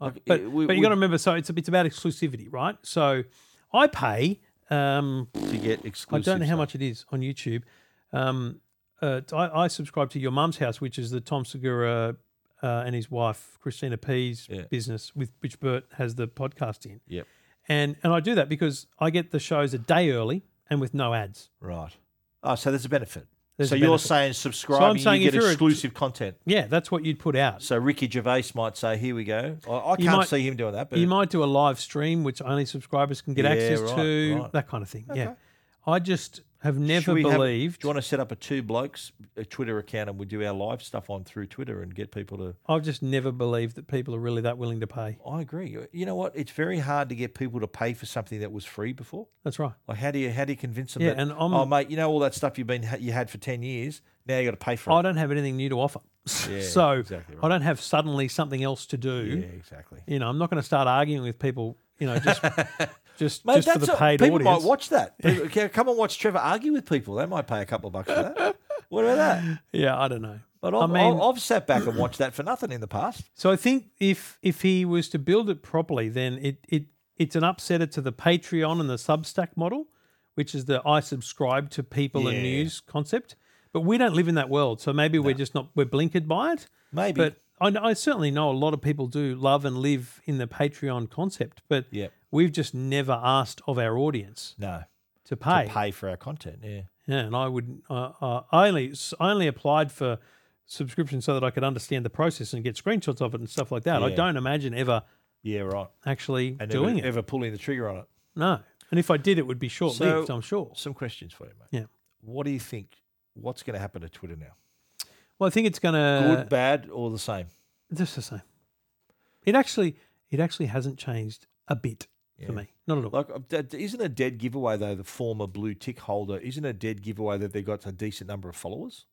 Speaker 1: I-
Speaker 2: Like,
Speaker 1: but
Speaker 2: it- we-
Speaker 1: but
Speaker 2: we-
Speaker 1: you got to remember, so it's it's about exclusivity, right? So I pay um,
Speaker 2: to get
Speaker 1: I
Speaker 2: exclusive.
Speaker 1: don't know how
Speaker 2: stuff.
Speaker 1: much it is on YouTube. Um, uh, I, I subscribe to Your Mum's House, which is the Tom Segura uh, and his wife Christina P's
Speaker 2: Yeah.
Speaker 1: business, with which Bert has the podcast in.
Speaker 2: Yep.
Speaker 1: And and I do that because I get the shows a day early and with no ads.
Speaker 2: Right. Oh, so there's a benefit.
Speaker 1: There's
Speaker 2: so
Speaker 1: a
Speaker 2: you're
Speaker 1: benefit.
Speaker 2: saying subscribing,
Speaker 1: saying
Speaker 2: you
Speaker 1: if
Speaker 2: get
Speaker 1: you're a-
Speaker 2: exclusive content.
Speaker 1: Yeah, that's what you'd put out.
Speaker 2: So Ricky Gervais might say, "Here we go." I, I
Speaker 1: You
Speaker 2: can't
Speaker 1: might-
Speaker 2: see him doing that, but
Speaker 1: you might do a live stream, which only subscribers can get
Speaker 2: Yeah,
Speaker 1: access
Speaker 2: right,
Speaker 1: to,
Speaker 2: right.
Speaker 1: that kind of thing. Yeah, I just have never
Speaker 2: Should we have-
Speaker 1: believed.
Speaker 2: do you want to set up a two blokes a Twitter account and we do our live stuff on through Twitter and get people to?
Speaker 1: I've just never believed that people are really that willing to pay.
Speaker 2: I agree. You know what? It's very hard to get people to pay for something that was free before.
Speaker 1: That's right.
Speaker 2: Like, how do you how do you convince them?
Speaker 1: Yeah,
Speaker 2: that,
Speaker 1: and I'm-
Speaker 2: oh mate, you know all that stuff you've been you had for ten years. Now you got to pay for it.
Speaker 1: I don't have anything new to offer. so
Speaker 2: exactly right.
Speaker 1: I don't have suddenly something else to do.
Speaker 2: yeah, exactly.
Speaker 1: You know, I'm not going to start arguing with people, you know, just just,
Speaker 2: Mate,
Speaker 1: just for
Speaker 2: that's
Speaker 1: the
Speaker 2: a-
Speaker 1: paid
Speaker 2: people
Speaker 1: audience.
Speaker 2: might watch that. People- okay, come and watch Trevor argue with people. They might pay a couple of bucks for that. What about that?
Speaker 1: yeah, I don't know.
Speaker 2: But
Speaker 1: I
Speaker 2: I've, I
Speaker 1: mean,
Speaker 2: have sat back and watched that for nothing in the past.
Speaker 1: so I think if if he was to build it properly, then it it it's an upsetter to the Patreon and the Substack model, which is the I subscribe to people and news concept. But we don't live in that world, so maybe we're just not we're blinkered by it.
Speaker 2: Maybe.
Speaker 1: But I, kn- I certainly know a lot of people do love and live in the Patreon concept, but
Speaker 2: Yep.
Speaker 1: we've just never asked of our audience
Speaker 2: no,
Speaker 1: to pay.
Speaker 2: pay for our content. Yeah,
Speaker 1: Yeah, and I would uh, uh, I only s- I only applied for subscription so that I could understand the process and get screenshots of it and stuff like that. I
Speaker 2: Yeah.
Speaker 1: don't imagine ever
Speaker 2: yeah, right.
Speaker 1: actually
Speaker 2: And
Speaker 1: doing
Speaker 2: ever,
Speaker 1: it.
Speaker 2: ever pulling the trigger on it.
Speaker 1: No, and if I did, it would be short lived. I'm sure.
Speaker 2: Some questions for you, mate.
Speaker 1: Yeah.
Speaker 2: What do you think? What's going to happen to Twitter now?
Speaker 1: Well, I think it's gonna
Speaker 2: Good, bad, or the same?
Speaker 1: just the same. It actually it actually hasn't changed a bit for me. Not at all.
Speaker 2: Like, uh, that- isn't a dead giveaway though the former blue tick holder? Isn't a dead giveaway that they got a decent number of followers?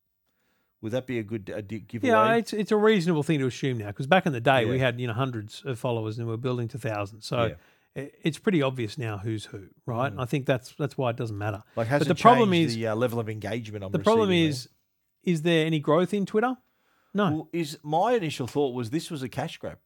Speaker 2: Would that be a good a di- giveaway?
Speaker 1: Yeah, it's it's a reasonable thing to assume now because back in the day we
Speaker 2: Yeah.
Speaker 1: had you know hundreds of followers and we are building to thousands, so
Speaker 2: Yeah. Mm.
Speaker 1: i- it's pretty obvious now who's who, right? I think that's that's why it doesn't matter.
Speaker 2: Like, hasn't
Speaker 1: but the problem
Speaker 2: changed
Speaker 1: is
Speaker 2: the uh, level of engagement. I'm
Speaker 1: the problem
Speaker 2: receiving
Speaker 1: is is there any growth in Twitter?
Speaker 2: there.
Speaker 1: No,
Speaker 2: Well, is my initial thought was this was a cash grab.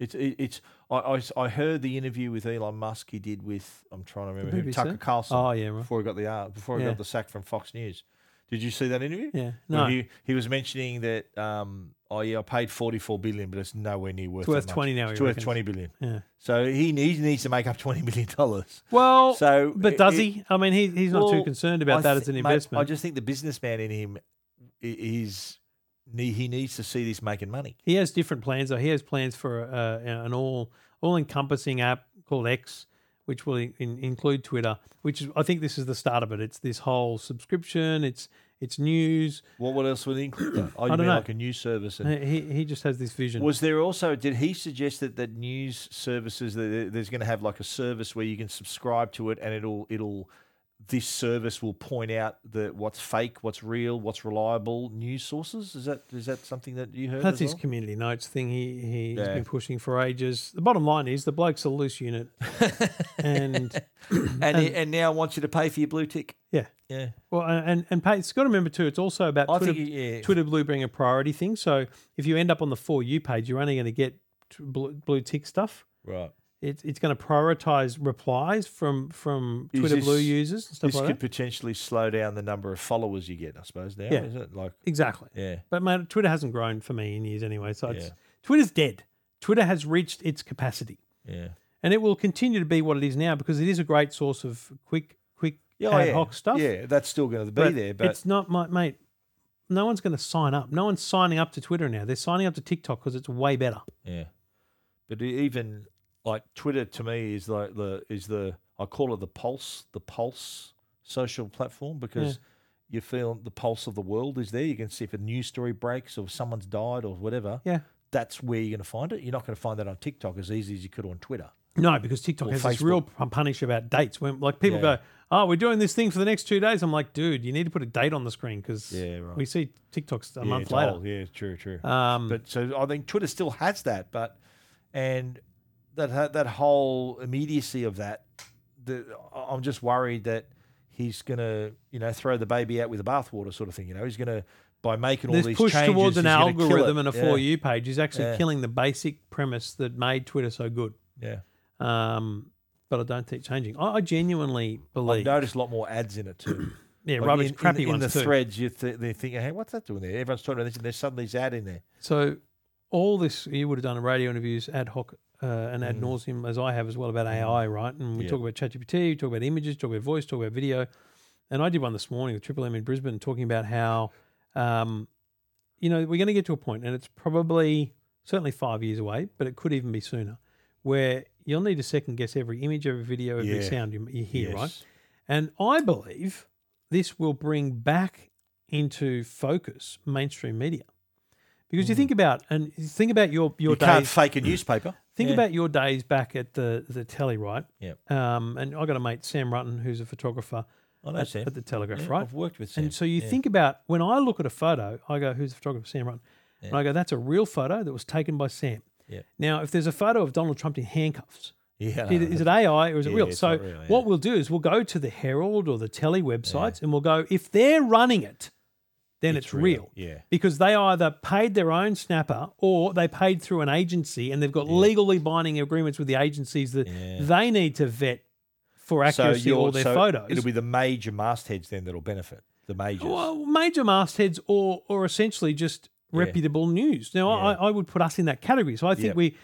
Speaker 2: It's it, it's I, I s- I heard the interview with Elon Musk he did with I'm trying to remember who,
Speaker 1: BBC?
Speaker 2: Tucker Carlson.
Speaker 1: Oh, yeah, right.
Speaker 2: before he got the uh, before he
Speaker 1: Yeah.
Speaker 2: got the sack from Fox News. Did you see that interview?
Speaker 1: Yeah.
Speaker 2: When
Speaker 1: No.
Speaker 2: He, he was mentioning that um oh yeah I paid 44 billion but it's nowhere near worth
Speaker 1: It's worth
Speaker 2: that much.
Speaker 1: 20 now,
Speaker 2: It's
Speaker 1: he
Speaker 2: worth
Speaker 1: reckons.
Speaker 2: 20 billion.
Speaker 1: yeah.
Speaker 2: So he needs, needs to make up 20 million dollars.
Speaker 1: Well,
Speaker 2: So
Speaker 1: but
Speaker 2: it-
Speaker 1: does
Speaker 2: it-
Speaker 1: he? I mean, he, he's not too
Speaker 2: Well,
Speaker 1: concerned about
Speaker 2: I
Speaker 1: that
Speaker 2: thi-
Speaker 1: as an
Speaker 2: mate,
Speaker 1: investment.
Speaker 2: I just think the businessman in him i- is ne- he needs to see this making money.
Speaker 1: he has different plans. Though he has plans for uh, an all all encompassing app called X, which will in, include Twitter. Which is, I think, this is the start of it. It's this whole subscription. It's it's news.
Speaker 2: What what else would he include? that? Oh, you
Speaker 1: don't
Speaker 2: mean
Speaker 1: know.
Speaker 2: like a news service? And,
Speaker 1: He he just has this vision.
Speaker 2: was there also? Did he suggest that that news services that there- there's going to have like a service where you can subscribe to it and it'll it'll this service will point out that what's fake, what's real, what's reliable news sources? Is that is that something that you heard?
Speaker 1: That's
Speaker 2: as
Speaker 1: his
Speaker 2: well?
Speaker 1: community notes thing. He he's
Speaker 2: Yeah.
Speaker 1: been pushing for ages. The bottom line is the bloke's a loose unit, and
Speaker 2: and, he- and now wants you to pay for your blue tick.
Speaker 1: um, yeah,
Speaker 2: Yeah.
Speaker 1: Well, and and- and Pat, it's got to remember too. It's also about
Speaker 2: I
Speaker 1: Twitter,
Speaker 2: think, yeah.
Speaker 1: Twitter Blue being a priority thing. So if you end up on the for you page, you're only going to get t- blue, blue tick stuff.
Speaker 2: Right.
Speaker 1: It's it's going to prioritize replies from from
Speaker 2: Is
Speaker 1: Twitter
Speaker 2: this-
Speaker 1: Blue users and stuff
Speaker 2: This
Speaker 1: like
Speaker 2: could
Speaker 1: that.
Speaker 2: potentially slow down the number of followers you get, I suppose, now,
Speaker 1: Yeah.
Speaker 2: is it? Like,
Speaker 1: Exactly.
Speaker 2: yeah.
Speaker 1: But mate, Twitter hasn't grown for me in years anyway. So it's,
Speaker 2: Yeah.
Speaker 1: Twitter's dead. Twitter has reached its capacity,
Speaker 2: Yeah.
Speaker 1: and it will continue to be what it is now because it is a great source of quick, quick
Speaker 2: Yeah, oh,
Speaker 1: ad
Speaker 2: yeah.
Speaker 1: hoc stuff.
Speaker 2: Yeah, that's still going to be there, but
Speaker 1: it's not my mate. No one's going to sign up. No one's signing up to Twitter now. They're signing up to TikTok because it's way better.
Speaker 2: Yeah, but e- even like Twitter to me is like the is the I call it the pulse, the pulse social platform because you feel the pulse of the world is there. You can see if a news story breaks or someone's died or whatever.
Speaker 1: Yeah.
Speaker 2: That's where you're going to find it. You're not going to find that on TikTok as easy as you could on Twitter.
Speaker 1: No, because TikTok
Speaker 2: Or
Speaker 1: has this real p- punish about dates. When like people
Speaker 2: Yeah.
Speaker 1: go, "Oh, we're doing this thing for the next two days," I'm like, "Dude, you need to put a date on the screen because
Speaker 2: Yeah, right.
Speaker 1: we see TikToks a
Speaker 2: yeah,
Speaker 1: month
Speaker 2: it's
Speaker 1: later."
Speaker 2: old. Yeah, true, true.
Speaker 1: Um,
Speaker 2: but so I think Twitter still has that, but and that ha- that whole immediacy of that, the, I- I'm just worried that he's gonna you know throw the baby out with the bathwater sort of thing. You know, he's gonna by making all
Speaker 1: this
Speaker 2: these
Speaker 1: push
Speaker 2: changes,
Speaker 1: towards an
Speaker 2: he's gonna kill
Speaker 1: algorithm
Speaker 2: it.
Speaker 1: and a
Speaker 2: yeah.
Speaker 1: for you page is actually
Speaker 2: Yeah.
Speaker 1: killing the basic premise that made Twitter so good.
Speaker 2: Yeah,
Speaker 1: Um, but I don't think it's changing. I, I genuinely believe,
Speaker 2: notice a lot more ads in it too.
Speaker 1: yeah,
Speaker 2: Like
Speaker 1: rubbish,
Speaker 2: in,
Speaker 1: crappy
Speaker 2: in, in
Speaker 1: ones
Speaker 2: the
Speaker 1: too.
Speaker 2: threads. You th- they're thinking, hey, what's that doing there? Everyone's talking about this, and there's suddenly this ad in there.
Speaker 1: So all this you would have done radio interviews ad hoc uh, and ad nauseum as I have as well about AI, right? And we
Speaker 2: Mm. Yeah.
Speaker 1: talk about ChatGPT, we talk about images, talk about voice, talk about video. And I did one this morning with Triple M in Brisbane talking about how, um, you know, we're going to get to a point, and it's probably certainly five years away, but it could even be sooner, where you'll need to second guess every image, every video, every
Speaker 2: Yeah.
Speaker 1: sound you, you hear, right?
Speaker 2: Yes.
Speaker 1: And I believe this will bring back into focus mainstream media. Because you think about and you think about your your
Speaker 2: Hmm. you can't
Speaker 1: days
Speaker 2: fake a newspaper.
Speaker 1: think
Speaker 2: Yeah.
Speaker 1: about your days back at the the telly, right?
Speaker 2: Yep.
Speaker 1: Um, and I got a mate Sam Rutton who's a photographer
Speaker 2: I know
Speaker 1: at,
Speaker 2: Sam.
Speaker 1: at the Telegraph,
Speaker 2: Yeah,
Speaker 1: right?
Speaker 2: I've worked with Sam.
Speaker 1: And so you think about when I look at a photo, I go, "Who's the photographer, Sam Rutton?" And I go, "That's a real photo that was taken by Sam."
Speaker 2: Yeah.
Speaker 1: Now, if there's a photo of Donald Trump in handcuffs,
Speaker 2: yeah,
Speaker 1: is, it- is it AI or is it
Speaker 2: Yeah,
Speaker 1: real?
Speaker 2: it's
Speaker 1: So
Speaker 2: not real, yeah.
Speaker 1: what we'll do is we'll go to the Herald or the Telly websites and we'll go if they're running it, then it's,
Speaker 2: It's
Speaker 1: real.
Speaker 2: real, yeah.
Speaker 1: because they either paid their own snapper or they paid through an agency and they've got legally binding agreements with the agencies that
Speaker 2: Yeah.
Speaker 1: they need to vet for accuracy all
Speaker 2: you're-
Speaker 1: their
Speaker 2: so
Speaker 1: photos. Oh,
Speaker 2: It'll be the major mastheads then that'll benefit. The majors.
Speaker 1: well, major mastheads or or essentially just reputable news. Now, I, I would put us in that category. So I think
Speaker 2: Yep.
Speaker 1: we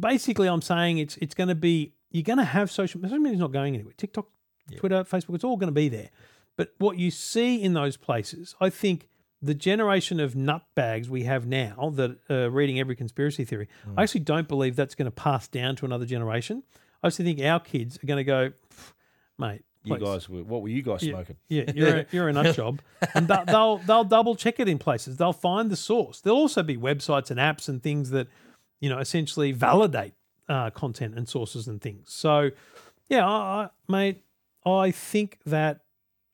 Speaker 1: basically, I'm saying it's it's going to be you're going to have social social media's not going anywhere. TikTok, Twitter, Facebook, it's all going to be there. But what you see in those places, I think the generation of nutbags we have now that are reading every conspiracy theory,
Speaker 2: Hmm.
Speaker 1: I actually don't believe that's going to pass down to another generation. I actually think our kids are going to go, "Pff, mate.
Speaker 2: you
Speaker 1: please."
Speaker 2: guys were, what were you guys smoking?
Speaker 1: Yeah, you're a, you're a nut job, and they'll, they'll they'll double check it in places. They'll find the source. There'll also be websites and apps and things that, you know, essentially validate uh, content and sources and things. So, yeah, I, I, mate, I think that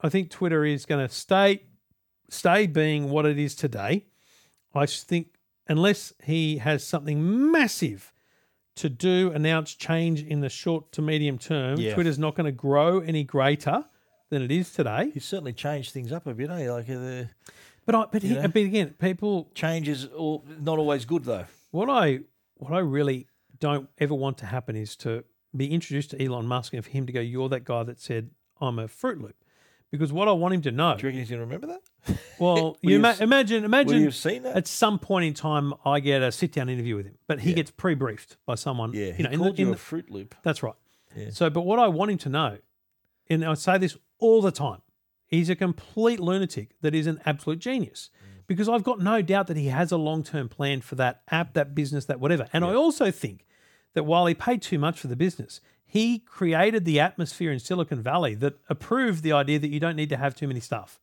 Speaker 1: I think Twitter is going to stay stay being what it is today. I just think unless he has something massive to do, announce change in the short to medium term,
Speaker 2: Yeah.
Speaker 1: Twitter's not going to grow any greater than it is today.
Speaker 2: You certainly changed things up a bit, eh? Like uh, the
Speaker 1: But I, but, he,
Speaker 2: Yeah.
Speaker 1: but again, people,
Speaker 2: change is all, not always good though.
Speaker 1: what I what I really don't ever want to happen is to be introduced to Elon Musk and for him to go, "You're that guy that said I'm a Fruit Loop," because what I want him to know.
Speaker 2: Do you reckon he's going to remember that?
Speaker 1: Well,
Speaker 2: Will
Speaker 1: you
Speaker 2: you
Speaker 1: ma-
Speaker 2: have-
Speaker 1: imagine, imagine
Speaker 2: you have seen that?
Speaker 1: at some point in time, I get a sit down interview with him, but he gets pre briefed by someone.
Speaker 2: Yeah,
Speaker 1: you
Speaker 2: he
Speaker 1: know, in the-
Speaker 2: called you
Speaker 1: in
Speaker 2: a
Speaker 1: the-
Speaker 2: Fruit Loop.
Speaker 1: That's right. So, but what I want him to know, and I say this all the time, he's a complete lunatic that is an absolute genius
Speaker 2: Mm.
Speaker 1: because I've got no doubt that he has a long term plan for that app, that business, that whatever. And I also think that while he paid too much for the business, he created the atmosphere in Silicon Valley that approved the idea that you don't need to have too many staff.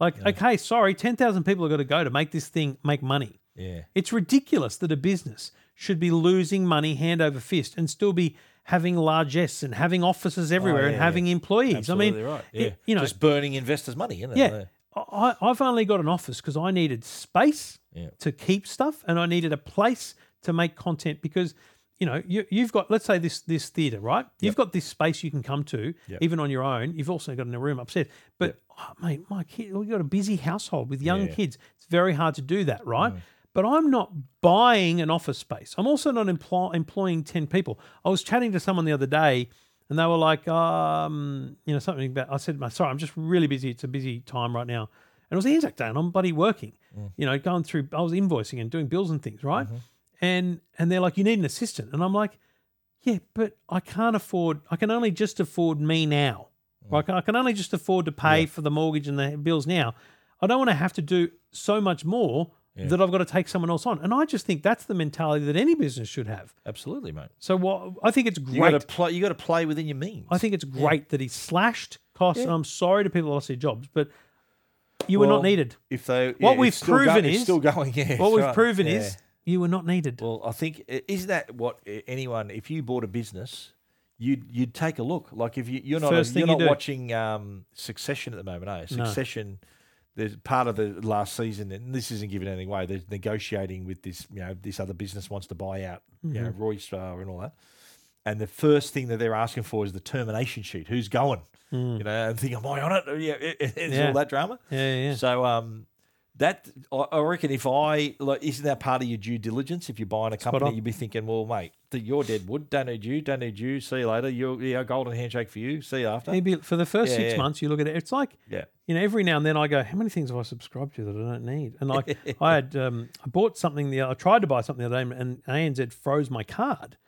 Speaker 1: Like, okay, sorry, 10,000 people have got to go to make this thing make money.
Speaker 2: Yeah,
Speaker 1: It's ridiculous that a business should be losing money hand over fist and still be having largesse and having offices everywhere and
Speaker 2: Oh, yeah,
Speaker 1: having employees.
Speaker 2: absolutely
Speaker 1: I mean,
Speaker 2: right.
Speaker 1: it-
Speaker 2: Yeah,
Speaker 1: you know,
Speaker 2: just burning investors' money, isn't it?
Speaker 1: yeah. I, I've only got an office because I needed space
Speaker 2: Yeah.
Speaker 1: to keep stuff and I needed a place to make content because you know, you, you've got let's say this this theater, right? You've got this space you can come to, even on your own. You've also got in a room upstairs. But oh, mate, my kid, we've got a busy household with young kids. It's very hard to do that, right? But I'm not buying an office space. I'm also not employ, employing ten people. I was chatting to someone the other day. And they were like, um, you know, something about. I said, "Sorry, I'm just really busy. It's a busy time right now." And it was Anzac Day, and I'm bloody working.
Speaker 2: Mm.
Speaker 1: You know, going through. I was invoicing and doing bills and things, right?
Speaker 2: Mm-hmm.
Speaker 1: And and they're like, "You need an assistant," and I'm like, "Yeah, but I can't afford. I can only just afford me now.
Speaker 2: Mm.
Speaker 1: Like, I can only just afford to pay for the mortgage and the bills now. I don't want to have to do so much more." That I've got to take someone else on, and I just think that's the mentality that any business should have.
Speaker 2: Absolutely, mate.
Speaker 1: So, what I think it's
Speaker 2: You got
Speaker 1: great.
Speaker 2: to play. You got to play within your means.
Speaker 1: I think it's great that he slashed costs. And I'm sorry to people who lost their jobs, but you were
Speaker 2: Well,
Speaker 1: not needed.
Speaker 2: If they, yeah,
Speaker 1: What
Speaker 2: it's
Speaker 1: we've
Speaker 2: still go-
Speaker 1: proven
Speaker 2: it's
Speaker 1: is-
Speaker 2: still going. Yeah,
Speaker 1: What
Speaker 2: that's
Speaker 1: we've
Speaker 2: right.
Speaker 1: proven
Speaker 2: Yeah.
Speaker 1: is you were not needed.
Speaker 2: Well, I think i- isn't that what uh, anyone? If you bought a business, you'd you'd take a look. Like if you, you're not a-
Speaker 1: First thing you
Speaker 2: you're not
Speaker 1: do.
Speaker 2: watching um, Succession at the moment, eh? Succession. There's part of the last season, and this isn't giving anything away. They're negotiating with this, you know, this other business wants to buy out, you
Speaker 1: Mm-hmm.
Speaker 2: know, Roystar and all that. And the first thing that they're asking for is the termination sheet. Who's going? You know, and think, am I on it? Yeah, it- it- it's
Speaker 1: Mm. Yeah.
Speaker 2: all that drama.
Speaker 1: yeah, yeah.
Speaker 2: So um, that I, I reckon if I like, isn't that part of your due diligence? If you're buying a company,
Speaker 1: on.
Speaker 2: you'd be thinking, well, mate, th- you're dead wood. Don't need you. Don't need you. See you later. You're yeah, golden handshake for you. See you after.
Speaker 1: Maybe for the first
Speaker 2: Yeah,
Speaker 1: six
Speaker 2: yeah.
Speaker 1: months, you look at it. It's like
Speaker 2: Yeah.
Speaker 1: you know, every now and then I go, how many things have I subscribed to that I don't need? And like I had, um, I bought something the I tried to buy something the other day, and ANZ froze my card,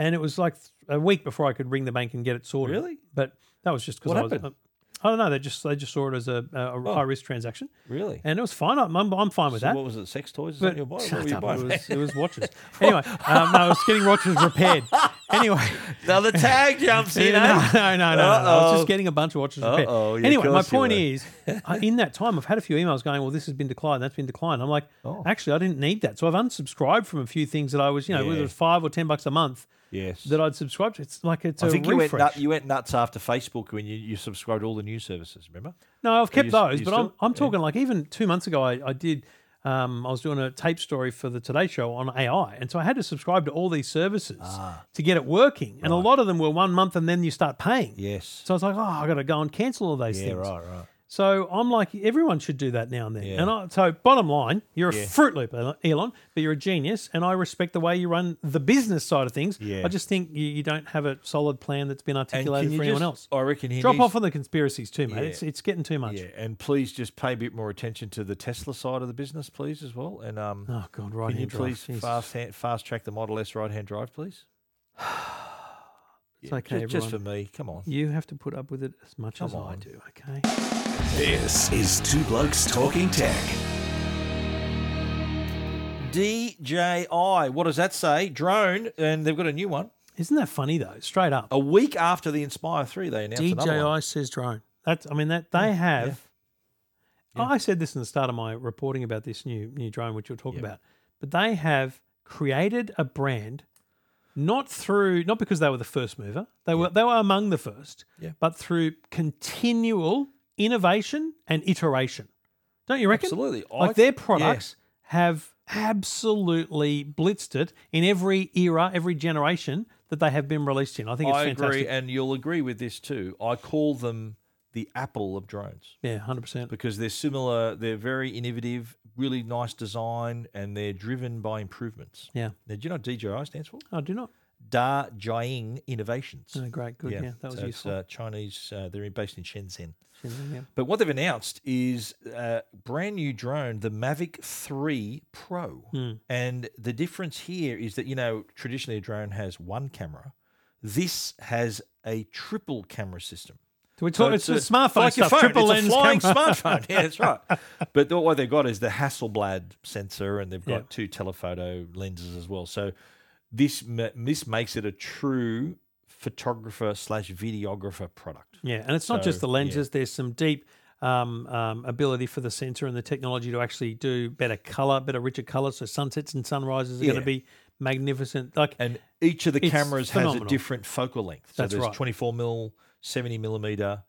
Speaker 1: and it was like a week before I could ring the bank and get it sorted.
Speaker 2: Really?
Speaker 1: But that was just because
Speaker 2: What
Speaker 1: I was. uh,
Speaker 2: happened? Oh.
Speaker 1: I don't know. They just they just saw it as a, a, a high risk transaction,
Speaker 2: Really?
Speaker 1: and it was fine. I'm, I'm I'm fine with
Speaker 2: So
Speaker 1: that.
Speaker 2: what was it? Sex toys? Or something you were buying? What were you
Speaker 1: Shut up,
Speaker 2: buying?
Speaker 1: It was, it was watches. Anyway, um, no, I was getting watches repaired. Anyway,
Speaker 2: now the tag jumps in.
Speaker 1: no,
Speaker 2: eh?
Speaker 1: no, no, no, no. I was
Speaker 2: Uh-oh.
Speaker 1: just getting a bunch of watches repaired.
Speaker 2: Uh-oh, yeah, of
Speaker 1: anyway, my
Speaker 2: course you
Speaker 1: point
Speaker 2: were.
Speaker 1: is, I, in that time, I've had a few emails going, "Well, this has been declined. That's been declined." I'm like,
Speaker 2: Oh.
Speaker 1: actually, I didn't need that, so I've unsubscribed from a few things that I was, you know, whether
Speaker 2: Yeah.
Speaker 1: it's five or ten bucks a month
Speaker 2: Yes.
Speaker 1: that I'd subscribed to. It's like it's a
Speaker 2: I think you
Speaker 1: refresh.
Speaker 2: went, nut, you went nuts after Facebook when you, you subscribed to all the news services. Remember?
Speaker 1: No, I've kept
Speaker 2: you-
Speaker 1: those,
Speaker 2: you
Speaker 1: but I'm
Speaker 2: still-
Speaker 1: I'm talking like even two months ago, I, I did. Um, I was doing a tape story for the Today Show on AI, and so I had to subscribe to all these services
Speaker 2: Ah.
Speaker 1: to get it working. And a lot of them were one month, and then you start paying.
Speaker 2: Yes.
Speaker 1: So I was like, oh, I got to go and cancel all those
Speaker 2: Yeah.
Speaker 1: things.
Speaker 2: Right. Right.
Speaker 1: So I'm like, everyone should do that now and then.
Speaker 2: Yeah.
Speaker 1: And I, so, bottom line, you're a fruit loop, Elon, Elon, but you're a genius, and I respect the way you run the business side of things.
Speaker 2: Yeah.
Speaker 1: I just think you, you don't have a solid plan that's been articulated
Speaker 2: can you
Speaker 1: for anyone else.
Speaker 2: just- I reckon he
Speaker 1: Drop
Speaker 2: needs-
Speaker 1: off on the conspiracies too, mate. It's it's getting too much.
Speaker 2: Yeah, and please just pay a bit more attention to the Tesla side of the business, please, as well. And um,
Speaker 1: Oh God, right
Speaker 2: can you
Speaker 1: hand drive.
Speaker 2: please
Speaker 1: Jesus.
Speaker 2: fast hand, fast track the Model S right hand drive, please?
Speaker 1: It's okay,
Speaker 2: Ju-
Speaker 1: everyone.
Speaker 2: just, for me. Come on.
Speaker 1: You have to put up with it as much as I
Speaker 2: on.
Speaker 1: do. Okay.
Speaker 4: This is Two Blokes Talking Tech.
Speaker 2: DJI, what does that say? Drone, and they've got a new one.
Speaker 1: Isn't that funny though? Straight up.
Speaker 2: A week after the Inspire three, they announced another
Speaker 1: DJI
Speaker 2: one.
Speaker 1: says drone. That's I mean that they have. I said this in the start of my reporting about this new new drone, which you'll talk about. But they have created a brand, not through not because they were the first mover. They were they were among the first,
Speaker 2: Yeah.
Speaker 1: but through continual innovation and iteration. Don't you reckon?
Speaker 2: Absolutely. I-
Speaker 1: Like their products have absolutely blitzed it in every era, every generation that they have been released in. I think it's
Speaker 2: I
Speaker 1: fantastic.
Speaker 2: agree, and you'll agree with this too. I call them the Apple of drones.
Speaker 1: Yeah, hundred percent.
Speaker 2: because they're similar, they're very innovative, really nice design, and they're driven by improvements.
Speaker 1: Yeah.
Speaker 2: Now, do you know what DJI stands for?
Speaker 1: I Oh, do not.
Speaker 2: Da Jiang Innovations.
Speaker 1: No, great, Oh, good. Yeah, that was
Speaker 2: so
Speaker 1: useful.
Speaker 2: It's, uh, Chinese, uh, they're based in Shenzhen.
Speaker 1: Yeah.
Speaker 2: But what they've announced is a brand new drone, the Mavic 3 Pro.
Speaker 1: Hmm.
Speaker 2: And the difference here is that, you know, traditionally a drone has one camera, this has a triple camera system.
Speaker 1: Do we
Speaker 2: So
Speaker 1: talk? it's the
Speaker 2: a-
Speaker 1: smartphone
Speaker 2: like your
Speaker 1: stuff.
Speaker 2: phone.
Speaker 1: Triple
Speaker 2: it's
Speaker 1: lens
Speaker 2: a flying
Speaker 1: camera.
Speaker 2: smartphone. Yeah, that's right. But the, what they've got is the Hasselblad sensor, and they've got
Speaker 1: Yeah.
Speaker 2: two telephoto lenses as well. So this ma- this makes it a true photographer slash videographer product.
Speaker 1: Yeah, and it's not just
Speaker 2: So,
Speaker 1: the lenses. There's some deep um, um, ability for the sensor and the technology to actually do better color, better richer color. So sunsets and sunrises are going
Speaker 2: Yeah.
Speaker 1: to be magnificent. Like
Speaker 2: And each of the
Speaker 1: It's
Speaker 2: cameras has
Speaker 1: phenomenal.
Speaker 2: a different focal length. So
Speaker 1: That's
Speaker 2: there's
Speaker 1: right.
Speaker 2: 24 mil, 70 millimeter,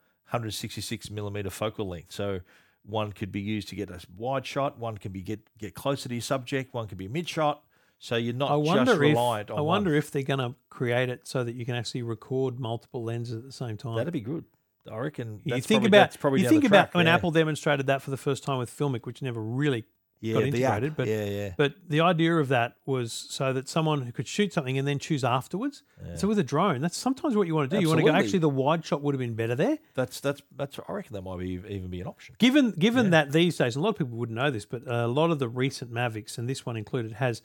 Speaker 2: 166 millimeter focal length. So one could be used to get a wide shot. One can be get get closer to your subject. One could be mid shot. So you're not
Speaker 1: I wonder
Speaker 2: just
Speaker 1: if
Speaker 2: reliant on
Speaker 1: I
Speaker 2: one.
Speaker 1: wonder if they're going to create it so that you can actually record multiple lenses at the same time.
Speaker 2: That'd be good. I reckon.
Speaker 1: you
Speaker 2: that's
Speaker 1: think
Speaker 2: probably,
Speaker 1: about
Speaker 2: that's probably
Speaker 1: you
Speaker 2: down the
Speaker 1: think about
Speaker 2: track,
Speaker 1: when
Speaker 2: yeah.
Speaker 1: Apple demonstrated that for the first time with Filmic, which never really
Speaker 2: yeah,
Speaker 1: got
Speaker 2: the
Speaker 1: integrated,
Speaker 2: app.
Speaker 1: but-
Speaker 2: yeah, yeah,
Speaker 1: But the idea of that was so that someone who could shoot something and then choose afterwards. So with a drone, that's sometimes what you want to do. You want to go,
Speaker 2: Absolutely.
Speaker 1: actually, the wide shot would have been better there.
Speaker 2: that's that's that's. I reckon that might be even be an option.
Speaker 1: Given given that these days, and a lot of people wouldn't know this, but a lot of the recent Mavics, and this one included, has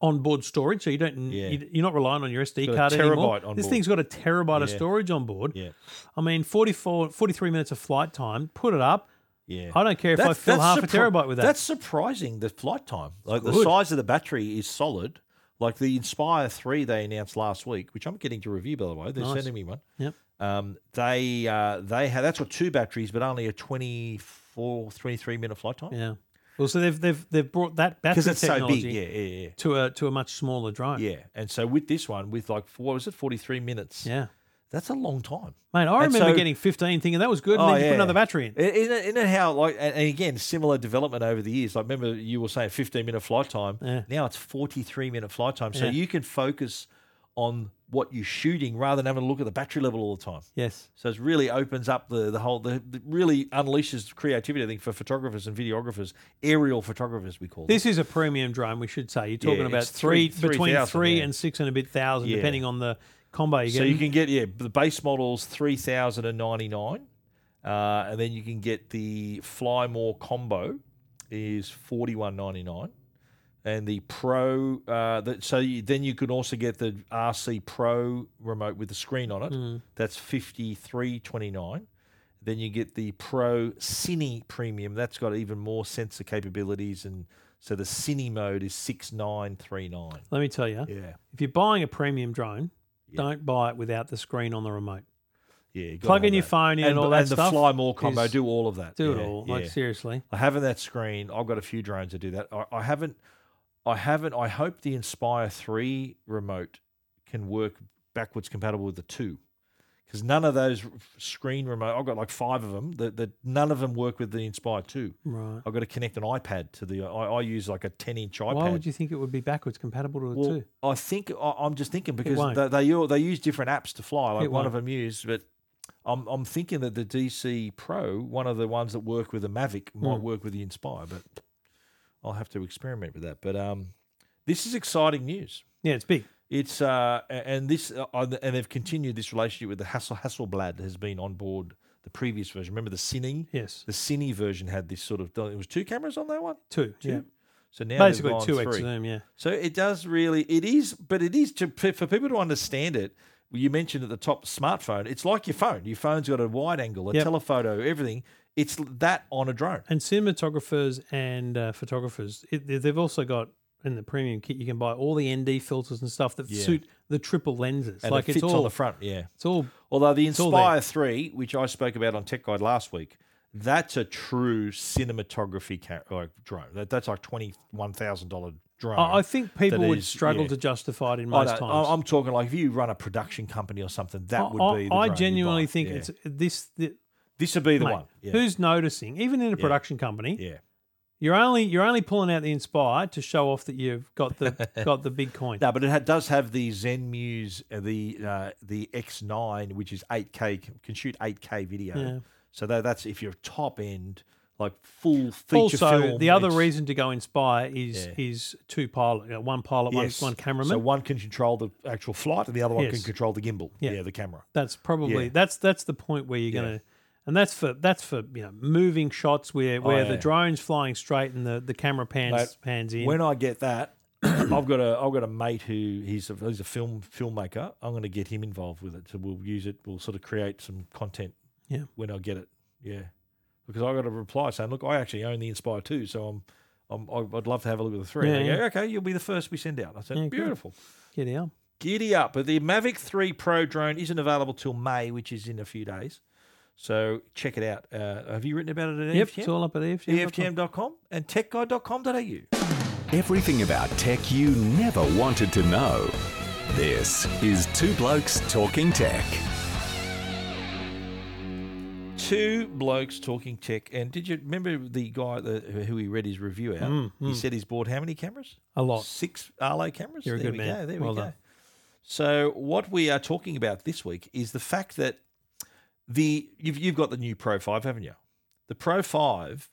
Speaker 1: onboard storage. So you don't
Speaker 2: Yeah.
Speaker 1: you, you're not relying on your SD
Speaker 2: Got a
Speaker 1: card anymore.
Speaker 2: terabyte on
Speaker 1: this
Speaker 2: board.
Speaker 1: thing's got a terabyte of
Speaker 2: Yeah.
Speaker 1: storage on board.
Speaker 2: Yeah,
Speaker 1: I mean, 44, 43 minutes of flight time. Put it up.
Speaker 2: yeah.
Speaker 1: I don't care if I fill half a
Speaker 2: surpri-
Speaker 1: terabyte with that.
Speaker 2: That's surprising. The flight time, like the
Speaker 1: good.
Speaker 2: size of the battery, is solid. Like the Inspire three they announced last week, which I'm getting to review by the way. They're
Speaker 1: Nice.
Speaker 2: sending me one.
Speaker 1: Yep.
Speaker 2: Um, they uh, they have that's got two batteries, but only a 24, 23 minute flight time.
Speaker 1: yeah. Well, so they've they've they've brought that battery
Speaker 2: Because it's so
Speaker 1: technology
Speaker 2: big. Yeah, yeah,
Speaker 1: to a to a much smaller drone.
Speaker 2: yeah. Yeah. And so with this one, with like what was it, forty three minutes?
Speaker 1: Yeah.
Speaker 2: That's a long time.
Speaker 1: Mate, I
Speaker 2: And
Speaker 1: remember
Speaker 2: so-
Speaker 1: getting 15 thinking that was good, and
Speaker 2: Oh,
Speaker 1: then you
Speaker 2: yeah.
Speaker 1: put another battery in.
Speaker 2: I- Isn't it, isn't it how like and and again similar development over the years? Like remember you were saying fifteen minute flight time.
Speaker 1: Yeah.
Speaker 2: Now it's forty three minute flight time, so
Speaker 1: Yeah.
Speaker 2: you can focus on what you're shooting rather than having to look at the battery level all the time.
Speaker 1: Yes.
Speaker 2: So it really opens up the the whole the, the really unleashes creativity. I think for photographers and videographers, aerial photographers we call them.
Speaker 1: This is a premium drone, we should say. You're talking
Speaker 2: Yeah,
Speaker 1: about
Speaker 2: it's three-
Speaker 1: three,
Speaker 2: three
Speaker 1: between
Speaker 2: thousand,
Speaker 1: three
Speaker 2: yeah.
Speaker 1: and six and a bit thousand,
Speaker 2: Yeah.
Speaker 1: depending on the combo you get.
Speaker 2: So you can get yeah the base models three thousand and ninety nine, uh, and then you can get the Fly More combo is forty one ninety nine, and the Pro. Uh, the, so you, then you can also get the RC Pro remote with the screen on it.
Speaker 1: Hmm.
Speaker 2: That's fifty three twenty nine. Then you get the Pro Cine Premium. That's got even more sensor capabilities, and so the Cine mode is six nine three nine.
Speaker 1: Let me tell you,
Speaker 2: Yeah,
Speaker 1: if you're buying a premium drone,
Speaker 2: Yeah.
Speaker 1: don't buy it without the screen on the remote.
Speaker 2: yeah. you gotta
Speaker 1: Plug in
Speaker 2: have
Speaker 1: your
Speaker 2: that.
Speaker 1: phone in and, all that
Speaker 2: and
Speaker 1: stuff.
Speaker 2: the fly more combo
Speaker 1: is-
Speaker 2: do all of that.
Speaker 1: do it
Speaker 2: Yeah,
Speaker 1: all.
Speaker 2: yeah.
Speaker 1: Like seriously,
Speaker 2: I haven't that screen. I've got a few drones that do that. I, I haven't. I haven't. I hope the Inspire Three remote can work backwards compatible with the two, because none of those r- screen remote. I've got like five of them. That that none of them work with the Inspire Two.
Speaker 1: right?
Speaker 2: I've got to connect an iPad to the. I, I use like a ten inch iPad.
Speaker 1: Why would you think it would be backwards compatible to it
Speaker 2: Well,
Speaker 1: too?
Speaker 2: I think I- I'm just thinking because
Speaker 1: won't.
Speaker 2: they, they all- they use different apps to fly. Like
Speaker 1: It
Speaker 2: one of
Speaker 1: won't.
Speaker 2: them used, but I'm I'm thinking that the DC Pro, one of the ones that work with the Mavic,
Speaker 1: Hmm.
Speaker 2: might work with the Inspire. But I'll have to experiment with that. But um, this is exciting news.
Speaker 1: Yeah, it's big.
Speaker 2: It's uh, a- and this uh, and they've continued this relationship with the Hassel Hasselblad has been on board the previous version. Remember the Cine,
Speaker 1: Yes,
Speaker 2: the Cine version had this sort of. It was two cameras on that one.
Speaker 1: two. Yeah,
Speaker 2: So now
Speaker 1: basically
Speaker 2: they've gone
Speaker 1: two
Speaker 2: three.
Speaker 1: x zoom. Yeah,
Speaker 2: So it does really, it is, but it is to for people to understand it. You mentioned at the top smartphone. It's like your phone. Your phone's got a wide angle, a
Speaker 1: Yep.
Speaker 2: telephoto, everything. It's that on a drone.
Speaker 1: and cinematographers and uh, photographers, it, they- they've also got in the premium kit you can buy all the ND filters and stuff that
Speaker 2: Yeah.
Speaker 1: suit the triple lenses.
Speaker 2: And
Speaker 1: like
Speaker 2: it
Speaker 1: it's
Speaker 2: fits on
Speaker 1: all,
Speaker 2: the front. Yeah.
Speaker 1: it's all
Speaker 2: Although the
Speaker 1: all there.
Speaker 2: Inspire 3, which I spoke about on Tech Guide last week, that's a true cinematography ca- like drone. That, that's like $21,000 drone.
Speaker 1: I, I think people
Speaker 2: that
Speaker 1: would
Speaker 2: is-
Speaker 1: struggle
Speaker 2: yeah.
Speaker 1: to justify it in
Speaker 2: I
Speaker 1: most
Speaker 2: don't-
Speaker 1: times.
Speaker 2: I- I'm talking like if you run a production company or something, that would
Speaker 1: I-
Speaker 2: be the
Speaker 1: I
Speaker 2: drone you
Speaker 1: genuinely
Speaker 2: buy.
Speaker 1: think
Speaker 2: Yeah.
Speaker 1: it's this. The,
Speaker 2: this would be the
Speaker 1: mate,
Speaker 2: one. Yeah.
Speaker 1: Who's noticing? Even in a production company,
Speaker 2: yeah.
Speaker 1: you're only you're only pulling out the Inspire to show off that you've got the got the big coin.
Speaker 2: No, but it ha- does have the Zen Muse, uh, the uh, the X9, which is 8K, c- can shoot 8K video.
Speaker 1: Yeah.
Speaker 2: So tha- that's if you're top end, like full feature
Speaker 1: also,
Speaker 2: film.
Speaker 1: the other
Speaker 2: it's-
Speaker 1: reason to go Inspire is
Speaker 2: Yeah.
Speaker 1: is two pilot, you know, one pilot,
Speaker 2: yes.
Speaker 1: one one cameraman.
Speaker 2: So one can control the actual flight, and the other one can
Speaker 1: Yes.
Speaker 2: control the gimbal. Yeah,
Speaker 1: Yeah.
Speaker 2: the camera.
Speaker 1: that's probably
Speaker 2: Yeah.
Speaker 1: that's that's the point where you're
Speaker 2: Yeah.
Speaker 1: gonna. And that's for that's for you know moving shots where, where
Speaker 2: Oh, yeah.
Speaker 1: the drone's flying straight and the, the camera pans
Speaker 2: Mate,
Speaker 1: pans in.
Speaker 2: When I get that, I've got a I've got a mate who he's a, he's a film filmmaker. I'm going to get him involved with it. So we'll use it. We'll sort of create some content.
Speaker 1: Yeah.
Speaker 2: When I get it, yeah, because I got a reply saying, "Look, I actually own the Inspire too, so I'm." I'm, I- I'd love to have a look at the three.
Speaker 1: Yeah,
Speaker 2: And they go,
Speaker 1: yeah.
Speaker 2: okay, you'll be the first we send out. I said,
Speaker 1: Yeah, good.
Speaker 2: beautiful.
Speaker 1: Get out.
Speaker 2: Giddy up. But the Mavic 3 Pro drone isn't available till May, which is in a few days. So check it out. Uh, have you written about it at
Speaker 1: Yep,
Speaker 2: EFTM?
Speaker 1: it's all up at E EFTM.
Speaker 2: E EFTM.com and techguide.com.au.
Speaker 4: Everything about tech you never wanted to know. This is Two Blokes Talking Tech.
Speaker 2: Two blokes talking tech. And did you remember the guy that, who we read his review out? he said he's bought how many cameras?
Speaker 1: A lot.
Speaker 2: Six Arlo cameras.
Speaker 1: You're a
Speaker 2: there
Speaker 1: good
Speaker 2: we
Speaker 1: man.
Speaker 2: go. There
Speaker 1: Well
Speaker 2: we go.
Speaker 1: done.
Speaker 2: So what we are talking about this week is the fact that the you've, you've got the new Pro Five, haven't you? The Pro Five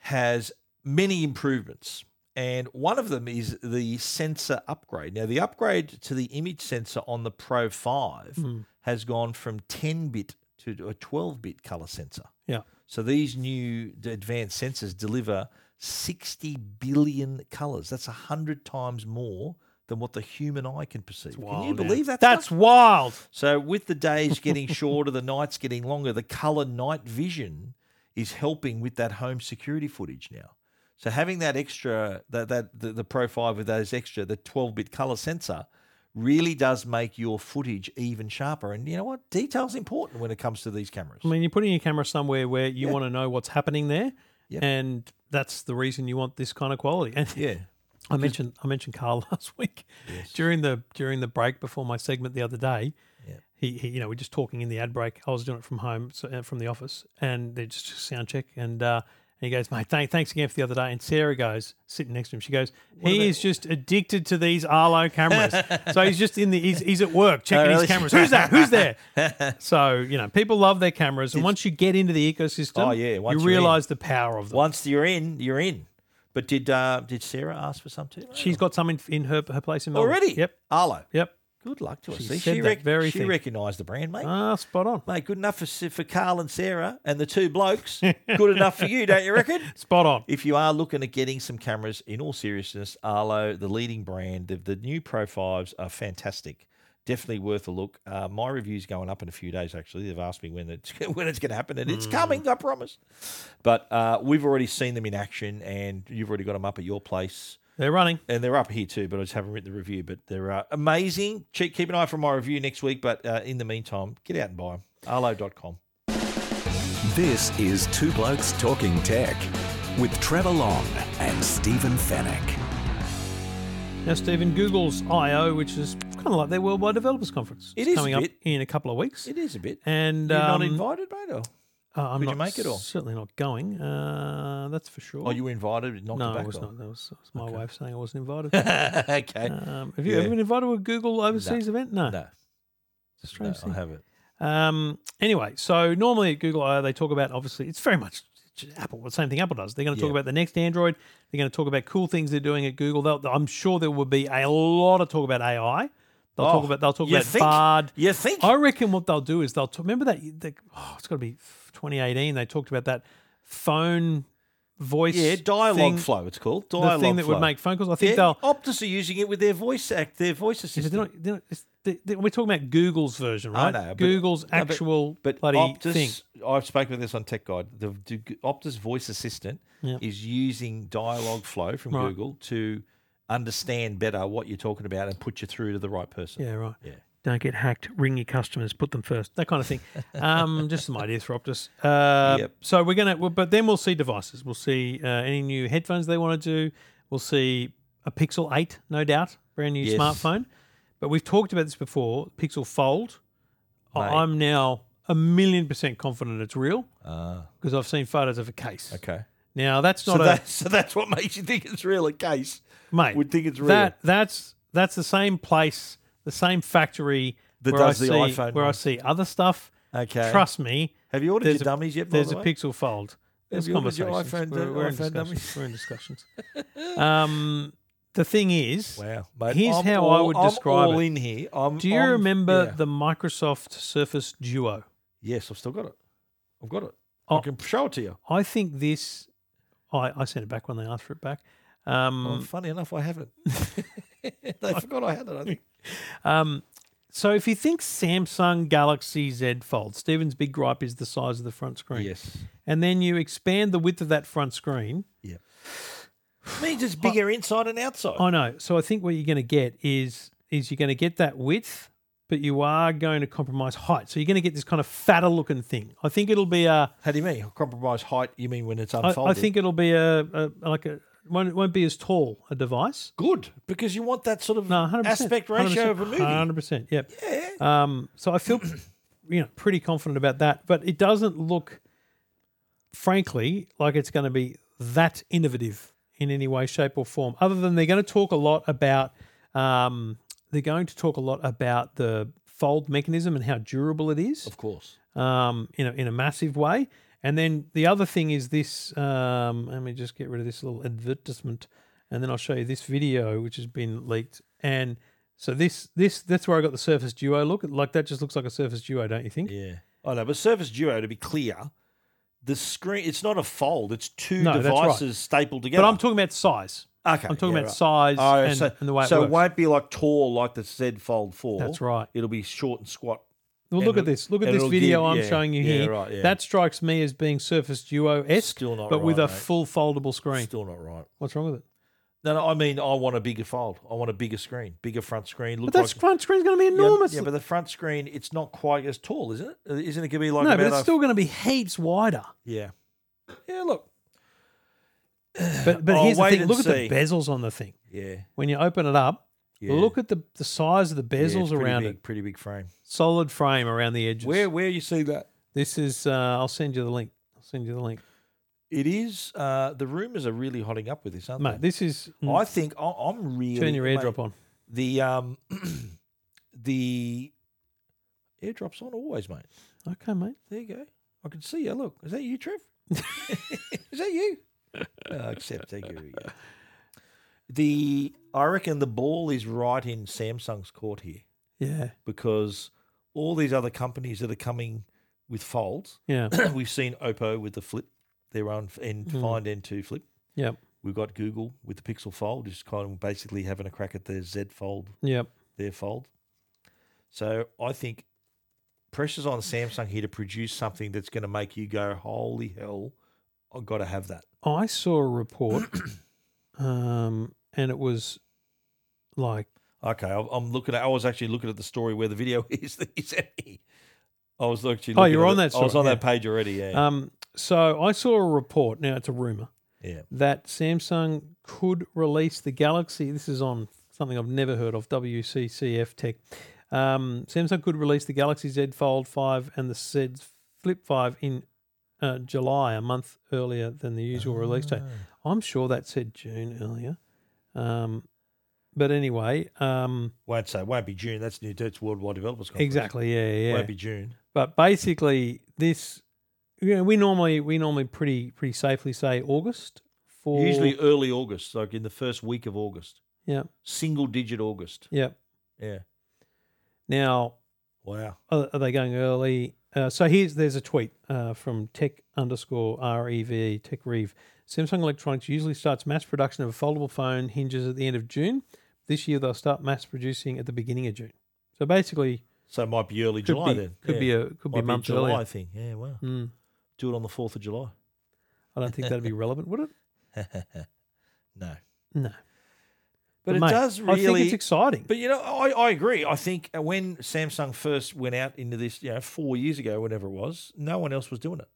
Speaker 2: has many improvements, and one of them is the sensor upgrade. Now, the upgrade to the image sensor on the Pro Five
Speaker 1: Hmm.
Speaker 2: has gone from 10 bit to a 12 bit color sensor.
Speaker 1: Yeah.
Speaker 2: So these new d- advanced sensors deliver 60 billion colors. That's 100 times more than what the human eye can perceive. Can you
Speaker 1: Wild, yeah.
Speaker 2: believe that?
Speaker 1: That's
Speaker 2: stuff?
Speaker 1: wild.
Speaker 2: So with the days getting shorter, the nights getting longer, the color night vision is helping with that home security footage now. So having that extra that that the, the Pro 5 with those extra the 12-bit color sensor really does make your footage even sharper. And you know what? Detail's important when it comes to these cameras.
Speaker 1: I mean, you're putting your camera somewhere where you want to know what's happening there,
Speaker 2: Yep.
Speaker 1: and that's the reason you want this kind of quality. And
Speaker 2: yeah.
Speaker 1: I mentioned I mentioned Carl last week during the during the break before my segment the other day.
Speaker 2: Yeah.
Speaker 1: He, he, you know, we're just talking in the ad break. I was doing it from home, so, uh, from the office, and they just sound check. And, uh, and he goes, "Mate, thank, thanks again for the other day." And Sarah goes, sitting next to him, she goes, "He is just addicted to these Arlo cameras. so he's just in the he's, he's at work checking
Speaker 2: Oh, really?
Speaker 1: his cameras. Who's that? Who's there? so you know, people love their cameras, and once you get into the ecosystem,
Speaker 2: Oh, yeah, once
Speaker 1: you
Speaker 2: you're in.
Speaker 1: realize the power of them.
Speaker 2: Once you're in, you're in. But did uh, did Sarah ask for some too?
Speaker 1: She's got some in, in her her place in Melbourne.
Speaker 2: already.
Speaker 1: Yep.
Speaker 2: Arlo.
Speaker 1: Yep.
Speaker 2: Good luck to her.
Speaker 1: She
Speaker 2: See,
Speaker 1: said
Speaker 2: she,
Speaker 1: that
Speaker 2: rec-
Speaker 1: very
Speaker 2: she
Speaker 1: thing.
Speaker 2: recognised the brand, mate.
Speaker 1: Ah, spot on.
Speaker 2: mate, good enough for Si- for Carl and Sarah and the two blokes. good enough for you, don't you reckon?
Speaker 1: Spot on.
Speaker 2: If you are looking at getting some cameras, in all seriousness, Arlo, the leading brand, the, the new Pro 5s are fantastic. Definitely worth a look. Uh, my review's going up in a few days, actually. They've asked me when it's, when it's going to happen, and it's coming, I promise. But uh, we've already seen them in action, and you've already got them up at your place
Speaker 1: They're running.
Speaker 2: and they're up here too, but I just haven't written the review. But they're uh, amazing. Check, keep an eye for my review next week. But uh, in the meantime, get out and buy them. Arlo.com.
Speaker 4: This is Two Blokes Talking Tech with Trevor Long and Stephen Fennec.
Speaker 1: Now, Stephen, Google's I/O, which is kind of like their Worldwide Developers Conference,
Speaker 2: It
Speaker 1: It's
Speaker 2: is a
Speaker 1: coming up
Speaker 2: bit.
Speaker 1: in a couple of weeks.
Speaker 2: It is a bit.
Speaker 1: And
Speaker 2: You're not
Speaker 1: um,
Speaker 2: invited, mate? Or?
Speaker 1: uh, I'm
Speaker 2: Could you
Speaker 1: not-
Speaker 2: make it or?
Speaker 1: certainly not going. Uh, that's for sure.
Speaker 2: Oh, you were invited, but not
Speaker 1: no,
Speaker 2: back
Speaker 1: I was
Speaker 2: on.
Speaker 1: not. That was, that was my wife saying I wasn't invited.
Speaker 2: okay.
Speaker 1: um, have you
Speaker 2: Yeah.
Speaker 1: ever been invited to a Google overseas event? No,
Speaker 2: no,
Speaker 1: it's a
Speaker 2: no,
Speaker 1: strange
Speaker 2: I
Speaker 1: thing.
Speaker 2: haven't.
Speaker 1: Um, anyway, so normally at Google I/O they talk about obviously it's very much Apple, the same thing Apple does. They're going to talk
Speaker 2: Yeah.
Speaker 1: about the next Android. They're going to talk about cool things they're doing at Google. They'll, I'm sure there will be a lot of talk about AI. They'll talk
Speaker 2: Oh,
Speaker 1: about they'll talk
Speaker 2: you
Speaker 1: about
Speaker 2: think?
Speaker 1: Bard.
Speaker 2: You think?
Speaker 1: I reckon what they'll do is they'll talk, remember that the, oh, it's got to be 2018. They talked about that phone voice
Speaker 2: yeah, dialogue
Speaker 1: thing,
Speaker 2: flow. It's called
Speaker 1: the
Speaker 2: dialogue
Speaker 1: thing that
Speaker 2: flow.
Speaker 1: would make phone calls. I think
Speaker 2: Yeah,
Speaker 1: they'll
Speaker 2: Optus are using it with their voice act, their voice
Speaker 1: But
Speaker 2: assistant.
Speaker 1: they're not, they're not, it's, they, they, we're talking about Google's version,
Speaker 2: I
Speaker 1: right?
Speaker 2: know, but-
Speaker 1: Google's
Speaker 2: no, but-
Speaker 1: actual
Speaker 2: but
Speaker 1: bloody
Speaker 2: Optus,
Speaker 1: thing.
Speaker 2: I've spoken with this on Tech Guide. The, the Optus voice assistant
Speaker 1: Yeah.
Speaker 2: is using dialogue flow from
Speaker 1: Right.
Speaker 2: Google to understand better what you're talking about and put you through to the right person.
Speaker 1: Yeah, right.
Speaker 2: Yeah.
Speaker 1: Don't get hacked. Ring your customers. Put them first. That kind of thing. Um, just some ideas for Optus. Uh,
Speaker 2: Yep.
Speaker 1: So we're gonna, well, but then we'll see devices. We'll see uh, any new headphones they want to do. We'll see a Pixel Eight, no doubt, brand new
Speaker 2: Yes.
Speaker 1: smartphone. But we've talked about this before. Pixel Fold. I-
Speaker 2: Mate.
Speaker 1: I'm now a million percent confident it's real
Speaker 2: Ah,
Speaker 1: because I've seen photos of a case.
Speaker 2: okay.
Speaker 1: Now that's
Speaker 2: So,
Speaker 1: not a
Speaker 2: that, so that's what makes you think it's real. A case
Speaker 1: mate.
Speaker 2: would think it's real.
Speaker 1: That that's that's the same place, the same factory
Speaker 2: That
Speaker 1: where I
Speaker 2: does the
Speaker 1: see
Speaker 2: iPhone
Speaker 1: where I
Speaker 2: one.
Speaker 1: see other stuff.
Speaker 2: okay.
Speaker 1: Trust me,
Speaker 2: Have you ordered
Speaker 1: there's
Speaker 2: your
Speaker 1: a-
Speaker 2: dummies yet? by
Speaker 1: there's a
Speaker 2: the way?
Speaker 1: pixel fold. There's
Speaker 2: you ordered your
Speaker 1: conversations.
Speaker 2: iPhone
Speaker 1: we're,
Speaker 2: d-
Speaker 1: we're in
Speaker 2: iPhone
Speaker 1: discussions. we're in discussions. Um, the thing is,
Speaker 2: Wow, mate.
Speaker 1: here's
Speaker 2: I'm
Speaker 1: how I
Speaker 2: all-
Speaker 1: would
Speaker 2: I'm
Speaker 1: describe
Speaker 2: all
Speaker 1: it.
Speaker 2: in here. I'm,
Speaker 1: do you
Speaker 2: I'm-
Speaker 1: remember
Speaker 2: yeah.
Speaker 1: the Microsoft Surface Duo?
Speaker 2: Yes, I've still got it. I've got it.
Speaker 1: Oh.
Speaker 2: I can show it to you.
Speaker 1: I think this. I, I sent it back when they asked for it back.
Speaker 2: Well,
Speaker 1: Um,
Speaker 2: funny enough, I haven't. they forgot I had it. I think.
Speaker 1: um, so if you think Samsung Galaxy Z Fold, Stephen's big gripe is the size of the front screen.
Speaker 2: Yes.
Speaker 1: and then you expand the width of that front screen.
Speaker 2: means it's bigger inside and outside.
Speaker 1: I know. Oh, So I think what you're going to get is is you're going to get that width, but you are going to compromise height. So you're going to get this kind of fatter looking thing. I think it'll be a.
Speaker 2: How do you mean? Compromise height? You mean when it's
Speaker 1: I,
Speaker 2: unfolded?
Speaker 1: I think it'll be a, a like a won't, it won't be as tall a device.
Speaker 2: good because you want that sort of
Speaker 1: No, hundred percent
Speaker 2: aspect ratio of a movie.
Speaker 1: Hundred percent. Yep. Yeah. Um. So I feel, you know, pretty confident about that, but it doesn't look. frankly like it's going to be that innovative in any way, shape, or form. Other than they're going to talk a lot about, um, they're going to talk a lot about the fold mechanism and how durable it is
Speaker 2: Of course.
Speaker 1: um, in, a, in a massive way. And then the other thing is this. Um, let me just get rid of this little advertisement, and then I'll show you this video which has been leaked. And so this this that's where I got the Surface Duo look. Like that just looks like a Surface Duo, don't you think?
Speaker 2: Yeah. I know, but Surface Duo, to be clear, the screen, it's not a fold, it's two
Speaker 1: No, that's right.
Speaker 2: devices stapled together.
Speaker 1: But I'm talking about size.
Speaker 2: Okay,
Speaker 1: I'm talking
Speaker 2: yeah,
Speaker 1: about
Speaker 2: right.
Speaker 1: size
Speaker 2: Oh,
Speaker 1: and, and the way it
Speaker 2: so
Speaker 1: works.
Speaker 2: won't be like tall like the Z Fold Four.
Speaker 1: That's right.
Speaker 2: It'll be short and squat.
Speaker 1: well, look
Speaker 2: and
Speaker 1: at this. Look at
Speaker 2: it'll
Speaker 1: this video
Speaker 2: give-
Speaker 1: I'm
Speaker 2: yeah,
Speaker 1: showing you
Speaker 2: yeah,
Speaker 1: here.
Speaker 2: right, yeah.
Speaker 1: That strikes me as being Surface Duo esque,
Speaker 2: Still not
Speaker 1: but with
Speaker 2: right,
Speaker 1: a
Speaker 2: mate.
Speaker 1: full foldable screen.
Speaker 2: Still not right.
Speaker 1: What's wrong with it?
Speaker 2: No, no. I mean, I want a bigger fold. I want a bigger screen, bigger front screen. Look
Speaker 1: But that
Speaker 2: like,
Speaker 1: front screen's going to be
Speaker 2: Yeah,
Speaker 1: enormous.
Speaker 2: Yeah, but the front screen, it's not quite as tall, isn't it? Uh, Isn't it going to be like
Speaker 1: no,
Speaker 2: about
Speaker 1: but it's
Speaker 2: a-
Speaker 1: still going to be heaps wider.
Speaker 2: yeah, yeah. Look,
Speaker 1: But but
Speaker 2: Oh,
Speaker 1: here's the
Speaker 2: wait
Speaker 1: thing.
Speaker 2: and
Speaker 1: Look
Speaker 2: see.
Speaker 1: at the bezels on the thing.
Speaker 2: yeah,
Speaker 1: When you open it up,
Speaker 2: yeah.
Speaker 1: look at the, the size of the
Speaker 2: Yeah, it's
Speaker 1: bezels
Speaker 2: pretty
Speaker 1: around
Speaker 2: big,
Speaker 1: it.
Speaker 2: Pretty big frame.
Speaker 1: Solid frame around the edges.
Speaker 2: Where where you see that?
Speaker 1: This is. Uh, I'll send you the link. I'll send you the link,
Speaker 2: It is. Uh, the rumors are really hotting up with this, aren't
Speaker 1: mate.
Speaker 2: they?
Speaker 1: This is. mm,
Speaker 2: I think I, I'm really
Speaker 1: turn your
Speaker 2: mate,
Speaker 1: airdrop on.
Speaker 2: the um the airdrops on always, mate.
Speaker 1: Okay, mate.
Speaker 2: There you go. I can see you. Look, is that you, Trev? is that you? Oh, except thank you. yeah. The I reckon the ball is right in Samsung's court here
Speaker 1: Yeah,
Speaker 2: because all these other companies that are coming with folds,
Speaker 1: yeah,
Speaker 2: we've seen Oppo with the flip, their own end find end two flip.
Speaker 1: yep,
Speaker 2: We've got Google with the Pixel Fold, just kind of basically having a crack at their Z Fold
Speaker 1: yep.
Speaker 2: their fold. So I think pressure's on Samsung here to produce something that's going to make you go, holy hell, I've got to have that.
Speaker 1: I saw a report, um, and it was like
Speaker 2: Okay, I- I'm looking at. I was actually looking at the story where the video is that you sent me. I was actually.
Speaker 1: Oh,
Speaker 2: looking
Speaker 1: you were
Speaker 2: at
Speaker 1: on
Speaker 2: it.
Speaker 1: that
Speaker 2: I was
Speaker 1: story,
Speaker 2: on
Speaker 1: yeah.
Speaker 2: that page already. Yeah,
Speaker 1: Um, so I saw a report. Now it's a rumor
Speaker 2: yeah.
Speaker 1: that Samsung could release the Galaxy. This is on something I've never heard of. WCCF Tech. Um, Samsung could release the Galaxy Z Fold 5 and the Z Flip 5 in uh, July, a month earlier than the usual release
Speaker 2: Ah.
Speaker 1: date. I'm sure that said June earlier. Um, but anyway, um,
Speaker 2: Won't say. Won't be June. That's new. That's worldwide developers. Conference.
Speaker 1: exactly, yeah, yeah.
Speaker 2: Won't be June.
Speaker 1: But basically, this you know, we normally we normally pretty pretty safely say August for
Speaker 2: Usually early August, like in the first week of August,
Speaker 1: yeah
Speaker 2: single digit August.
Speaker 1: yeah.
Speaker 2: Yeah.
Speaker 1: Now
Speaker 2: Wow.
Speaker 1: are, are they going early? Uh, so here's there's a tweet uh, from tech underscore rev tech rev. Samsung Electronics usually starts mass production of a foldable phone hinges at the end of June. This year they'll start mass producing at the beginning of June. So basically,
Speaker 2: So it might be early
Speaker 1: could
Speaker 2: July
Speaker 1: be
Speaker 2: then.
Speaker 1: could
Speaker 2: Yeah.
Speaker 1: be a could be
Speaker 2: Might
Speaker 1: a month
Speaker 2: July
Speaker 1: earlier.
Speaker 2: thing. Yeah. Wow.
Speaker 1: Mm.
Speaker 2: Do it on the fourth of July.
Speaker 1: I don't think that'd be relevant, would it?
Speaker 2: No.
Speaker 1: No.
Speaker 2: But it
Speaker 1: mate,
Speaker 2: does
Speaker 1: I think
Speaker 2: really-
Speaker 1: it's exciting.
Speaker 2: But you know, I, I agree. I think uh, when Samsung first went out into this, you know, four years ago, whenever it was, no one else was doing it.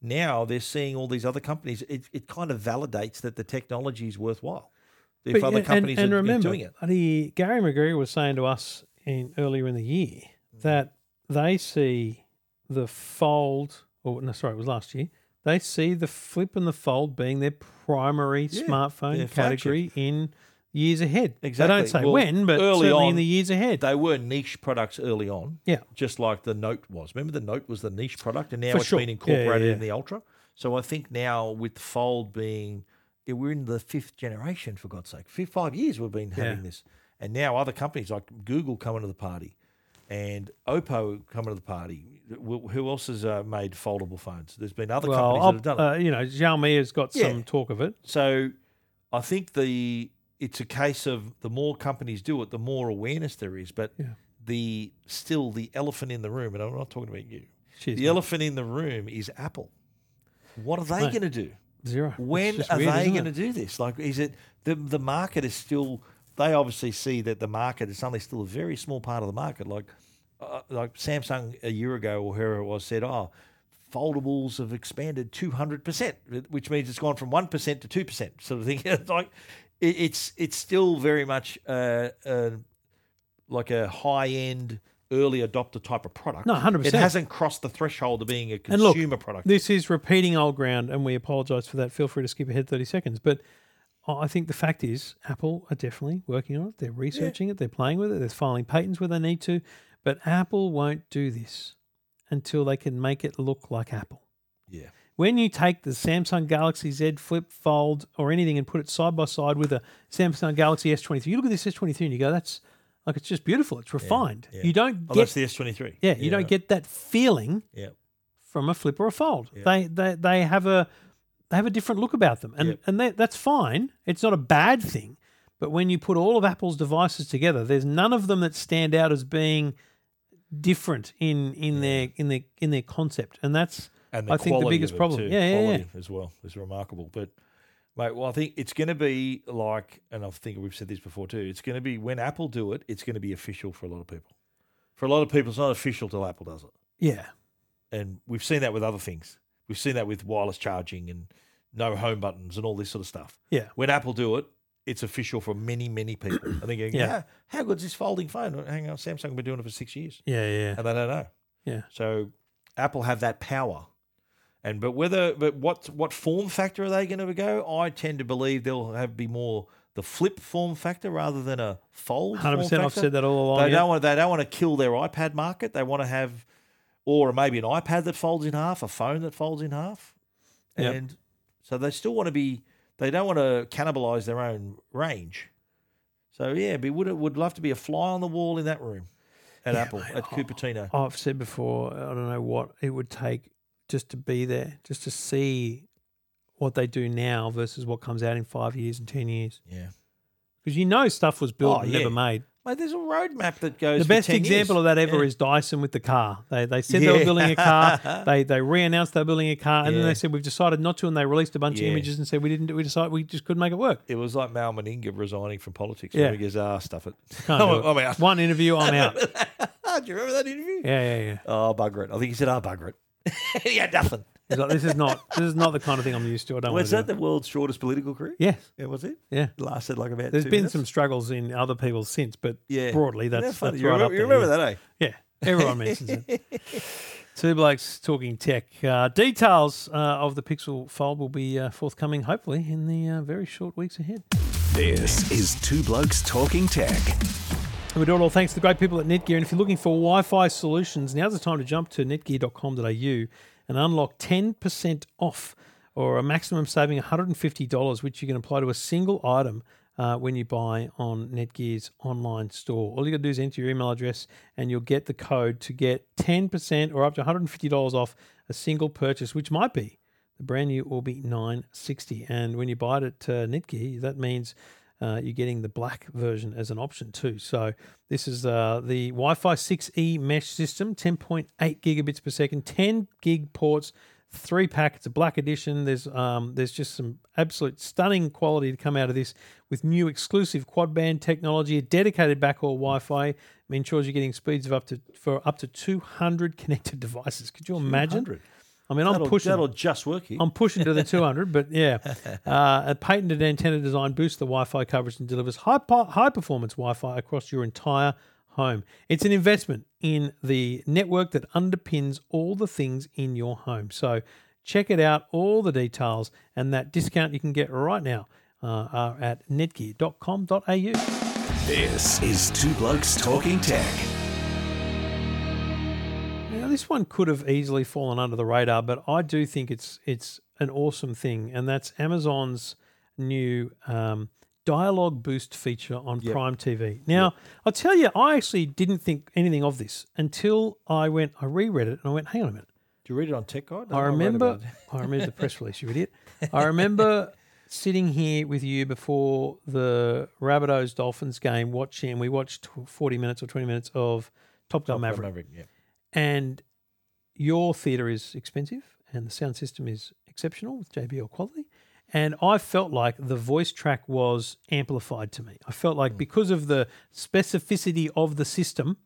Speaker 2: Now they're seeing all these other companies. It, it kind of validates that the technology is worthwhile. If
Speaker 1: But-
Speaker 2: other
Speaker 1: and-
Speaker 2: companies
Speaker 1: and
Speaker 2: are, are
Speaker 1: remember,
Speaker 2: doing it,
Speaker 1: bloody Gary McGregor was saying to us in earlier in the year
Speaker 2: Mm.
Speaker 1: that they see the fold, or no, sorry, it was last year. They see the flip and the fold being their primary
Speaker 2: Yeah,
Speaker 1: smartphone
Speaker 2: their
Speaker 1: category in years ahead. They
Speaker 2: Exactly.
Speaker 1: don't say
Speaker 2: Well,
Speaker 1: when, but
Speaker 2: early
Speaker 1: certainly
Speaker 2: on,
Speaker 1: in the years ahead.
Speaker 2: they were niche products early on,
Speaker 1: yeah,
Speaker 2: just like the Note was. Remember, the Note was the niche product, and now
Speaker 1: For
Speaker 2: it's
Speaker 1: sure.
Speaker 2: been
Speaker 1: Yeah, yeah,
Speaker 2: incorporated
Speaker 1: yeah.
Speaker 2: in the Ultra. So I think now with the Fold being, yeah, we're in the fifth generation for God's sake. Fif- Five years we've been having
Speaker 1: Yeah.
Speaker 2: this, and now other companies like Google coming to the party, and Oppo coming to the party. Wh- Who else has uh, made foldable phones? There's been other companies
Speaker 1: well,
Speaker 2: that have done it.
Speaker 1: uh, you know, Xiaomi has got
Speaker 2: Yeah.
Speaker 1: some talk of it.
Speaker 2: So I think the it's a case of the more companies do it, the more awareness there is. But
Speaker 1: Yeah.
Speaker 2: the still the elephant in the room, and I'm not talking about you.
Speaker 1: Cheers,
Speaker 2: the
Speaker 1: mate.
Speaker 2: elephant in the room is Apple. What are they
Speaker 1: Mate.
Speaker 2: going to do?
Speaker 1: Zero. It's
Speaker 2: When
Speaker 1: just
Speaker 2: are
Speaker 1: weird,
Speaker 2: they
Speaker 1: isn't
Speaker 2: going to
Speaker 1: it?
Speaker 2: do this? Like, is it the the market is still? They obviously see that the market is only still a very small part of the market. Like, uh, like Samsung a year ago or whoever it was said, oh, foldables have expanded two hundred percent, which means it's gone from one percent to two percent, sort of thing. It's like, it, it's it's still very much uh, uh, like a high end early adopter type of product.
Speaker 1: No, 100%.
Speaker 2: It hasn't crossed the threshold of being a
Speaker 1: And look,
Speaker 2: consumer product.
Speaker 1: This is repeating old ground, and we apologise for that. Feel free to skip ahead thirty seconds, but I I think the fact is Apple are definitely working on it. They're researching it. They're playing with it. They're filing patents where they need to, but Apple won't do this until they can make it look like Apple.
Speaker 2: yeah.
Speaker 1: When you take the Samsung Galaxy Z Flip Fold or anything and put it side by side with a Samsung Galaxy S23, you look at this S23 and you go, "That's like it's just beautiful. It's refined."
Speaker 2: yeah.
Speaker 1: You don't
Speaker 2: Oh,
Speaker 1: get
Speaker 2: that's the S23.
Speaker 1: yeah, you don't get that feeling
Speaker 2: Yeah.
Speaker 1: from a flip or a fold. They, they they have a they have a different look about them, and
Speaker 2: Yep.
Speaker 1: and they, that's fine. It's not a bad thing, but when you put all of Apple's devices together, there's none of them that stand out as being different in in their in their in their concept, and that's
Speaker 2: and the
Speaker 1: I think the
Speaker 2: quality
Speaker 1: biggest
Speaker 2: of it
Speaker 1: problem.
Speaker 2: too.
Speaker 1: Yeah, yeah, yeah.
Speaker 2: quality as well is remarkable. But mate, well, I think it's going to be like, and I think we've said this before too. It's going to be when Apple do it, it's going to be official for a lot of people. For a lot of people, it's not official till Apple does it,
Speaker 1: yeah.
Speaker 2: and we've seen that with other things. We've seen that with wireless charging and no home buttons and all this sort of stuff.
Speaker 1: Yeah.
Speaker 2: when Apple do it. It's official for many, many people. And they're going,
Speaker 1: Yeah.
Speaker 2: yeah. how good's this folding phone? Hang on, Samsung have been doing it for six years
Speaker 1: Yeah, yeah,
Speaker 2: and they don't know.
Speaker 1: Yeah.
Speaker 2: So Apple have that power, and but whether but what what form factor are they going to go? I tend to believe they'll have be more the flip form factor rather than a fold.
Speaker 1: hundred percent. I've said that all along.
Speaker 2: They
Speaker 1: yeah.
Speaker 2: don't want they don't want to kill their iPad market. They want to have, or maybe an iPad that folds in half, a phone that folds in half,
Speaker 1: Yep.
Speaker 2: and so they still want to be. They don't want to cannibalize their own range. So yeah, be would would love to be a fly on the wall in that room at Apple at Cupertino.
Speaker 1: I've said before, I don't know what it would take just to be there, just to see what they do now versus what comes out in five years and ten years.
Speaker 2: Yeah.
Speaker 1: Because you know stuff was built
Speaker 2: Oh,
Speaker 1: and
Speaker 2: yeah.
Speaker 1: never made.
Speaker 2: Mate, there's a roadmap that goes.
Speaker 1: The
Speaker 2: for
Speaker 1: best
Speaker 2: 10
Speaker 1: example
Speaker 2: years.
Speaker 1: of that ever is Dyson with the car. They they said they were
Speaker 2: Yeah.
Speaker 1: building a car. They they re-announced they're building a car, and then
Speaker 2: Yeah.
Speaker 1: they said we've decided not to, and they released a bunch
Speaker 2: Yeah.
Speaker 1: of images and said we didn't. do- We decided we just couldn't make it work.
Speaker 2: It was like Mal Meninga resigning from politics.
Speaker 1: Yeah.
Speaker 2: When he goes, ah, stuff it.
Speaker 1: Can't do
Speaker 2: I'm,
Speaker 1: it.
Speaker 2: Oh, I'm out.
Speaker 1: One interview, I'm out.
Speaker 2: Ah, do you remember that interview?
Speaker 1: Yeah, yeah, yeah.
Speaker 2: Oh, bugger it. I think he said, ah, bugger it. yeah, nothing.
Speaker 1: It's like, this is not this is not the kind of thing I'm used to. I don't.
Speaker 2: Was
Speaker 1: want
Speaker 2: Oh, that
Speaker 1: to
Speaker 2: the world's shortest political career?
Speaker 1: do it. Yes.
Speaker 2: Yeah, was it?
Speaker 1: Yeah.
Speaker 2: It lasted like about
Speaker 1: There's
Speaker 2: two
Speaker 1: been
Speaker 2: minutes.
Speaker 1: some struggles in other people since, but
Speaker 2: Yeah.
Speaker 1: broadly,
Speaker 2: Isn't that
Speaker 1: that's,
Speaker 2: funny?
Speaker 1: that's
Speaker 2: you
Speaker 1: right
Speaker 2: remember,
Speaker 1: up there,
Speaker 2: you remember
Speaker 1: yeah.
Speaker 2: that, eh?
Speaker 1: Yeah, everyone mentions it. Two blokes talking tech. Uh, details uh, of the Pixel Fold will be uh, forthcoming, hopefully, in the uh, very short weeks ahead.
Speaker 4: This is Two Blokes Talking Tech.
Speaker 1: And we do it all thanks to the great people at Netgear. And if you're looking for Wi Fi solutions, now's the time to jump to netgear.com.au and unlock 10% off or a maximum saving $150, which you can apply to a single item uh, when you buy on Netgear's online store. All you got to do is enter your email address and you'll get the code to get 10% or up to $150 off a single purchase, which might be the brand new Orbi 960. And when you buy it at uh, Netgear, that means uh, you're getting the black version as an option too. So this is uh, the Wi-Fi 6E mesh system, 10.8 gigabits per second, 10 gig ports, three pack. It's a black edition. There's um, there's just some absolute stunning quality to come out of this with new exclusive quad band technology, a dedicated backhaul Wi-Fi. It ensures you're getting speeds of up to for up to 200 connected devices. Could you imagine?
Speaker 2: 100.
Speaker 1: I mean,
Speaker 2: That'll,
Speaker 1: I'm pushing.
Speaker 2: that'll just work here.
Speaker 1: I'm pushing to the 200, but yeah. Uh, a patented antenna design boosts the Wi Fi coverage and delivers high, po- high performance Wi Fi across your entire home. It's an investment in the network that underpins all the things in your home. So check it out, all the details, and that discount you can get right now uh, are at netgear.com.au.
Speaker 4: This is Two Blokes Talking Tech.
Speaker 1: Now, this one could have easily fallen under the radar, but I do think it's it's an awesome thing, and that's Amazon's new um, dialogue boost feature on Prime TV. Now, I'll tell you, I actually didn't think anything of this until I went, I reread it, and I went, hang on a minute.
Speaker 2: Did you read it on Tech Guide? No,
Speaker 1: I
Speaker 2: Oh, read
Speaker 1: remember.
Speaker 2: about it.
Speaker 1: I remember the press release, you idiot. I remember sitting here with you before the Rabbitohs Dolphins game, watching. We watched forty minutes or twenty minutes of Top Gun Maverick
Speaker 2: Maverick, yeah.
Speaker 1: and your theatre is expensive and the sound system is exceptional with JBL quality. And I felt like the voice track was amplified to me. I felt
Speaker 2: Hmm.
Speaker 1: like because of the specificity of the system,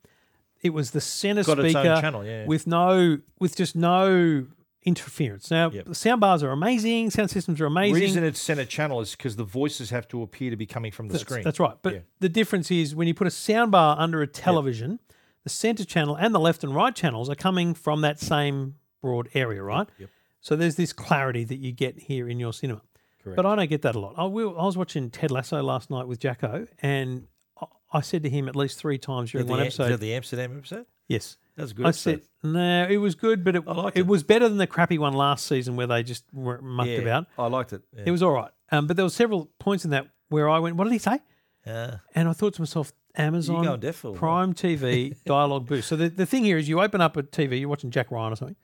Speaker 1: it was the center
Speaker 2: Got
Speaker 1: speaker
Speaker 2: its own channel, yeah.
Speaker 1: with no with just no interference. Now
Speaker 2: Yep.
Speaker 1: the sound bars are amazing, sound systems are amazing.
Speaker 2: reason it's center channel is because the voices have to appear to be coming from the
Speaker 1: That's-
Speaker 2: screen.
Speaker 1: That's right. But
Speaker 2: Yeah.
Speaker 1: the difference is when you put a soundbar under a television, the center channel and the left and right channels are coming from that same broad area, right? Yep. So there's this clarity that you get here in your cinema. Correct. But I don't get that a lot. I, will, I was watching Ted Lasso last night with Jacko, and I- I said to him at least three times during
Speaker 2: the,
Speaker 1: one
Speaker 2: Am-
Speaker 1: episode,
Speaker 2: the Amsterdam episode?
Speaker 1: yes,
Speaker 2: That was a good
Speaker 1: I
Speaker 2: episode.
Speaker 1: said, no, it was good, but it,
Speaker 2: liked
Speaker 1: it,
Speaker 2: it.
Speaker 1: was better than the crappy one last season where they just were mucked
Speaker 2: Yeah,
Speaker 1: about.
Speaker 2: I liked it. Yeah.
Speaker 1: It was all right. Um, but there were several points in that where I went, what did he say?
Speaker 2: Yeah.
Speaker 1: And I thought to myself, Amazon
Speaker 2: going deaf or what?
Speaker 1: Prime TV dialogue boost. So the, the thing here is you open up a TV, you're watching Jack Ryan or something,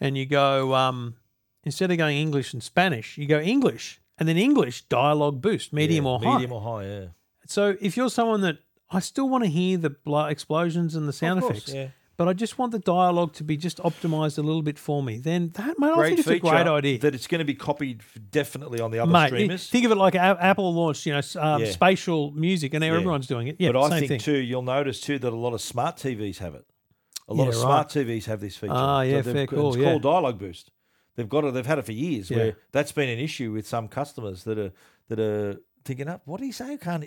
Speaker 1: and you go, um, instead of going English and Spanish, you go English and then English dialogue boost, medium
Speaker 2: Yeah,
Speaker 1: or high.
Speaker 2: Medium or high, yeah.
Speaker 1: so if you're someone that I still want to hear the blo- explosions and the sound
Speaker 2: course,
Speaker 1: effects,
Speaker 2: yeah.
Speaker 1: but I just want the dialogue to be just optimized a little bit for me, then that, mate, I think it's a great
Speaker 2: feature
Speaker 1: idea.
Speaker 2: That it's going to be copied f- definitely on the other
Speaker 1: Mate, you-
Speaker 2: streamers.
Speaker 1: think of it like A- Apple launched, you know, s- um,
Speaker 2: Yeah.
Speaker 1: spatial music, and now everyone's doing it. Yeah,
Speaker 2: but I
Speaker 1: same
Speaker 2: think
Speaker 1: thing.
Speaker 2: too, you'll notice too that a lot of smart TVs have it. A lot
Speaker 1: Yeah,
Speaker 2: of
Speaker 1: right.
Speaker 2: smart TVs have this feature.
Speaker 1: Ah, yeah,
Speaker 2: they've-
Speaker 1: fair
Speaker 2: it's
Speaker 1: call,
Speaker 2: called
Speaker 1: yeah.
Speaker 2: Dialogue Boost. They've got it. They've had it for years.
Speaker 1: Yeah.
Speaker 2: Where that's been an issue with some customers that are that are thinking, "Up, what do you say? Can't?"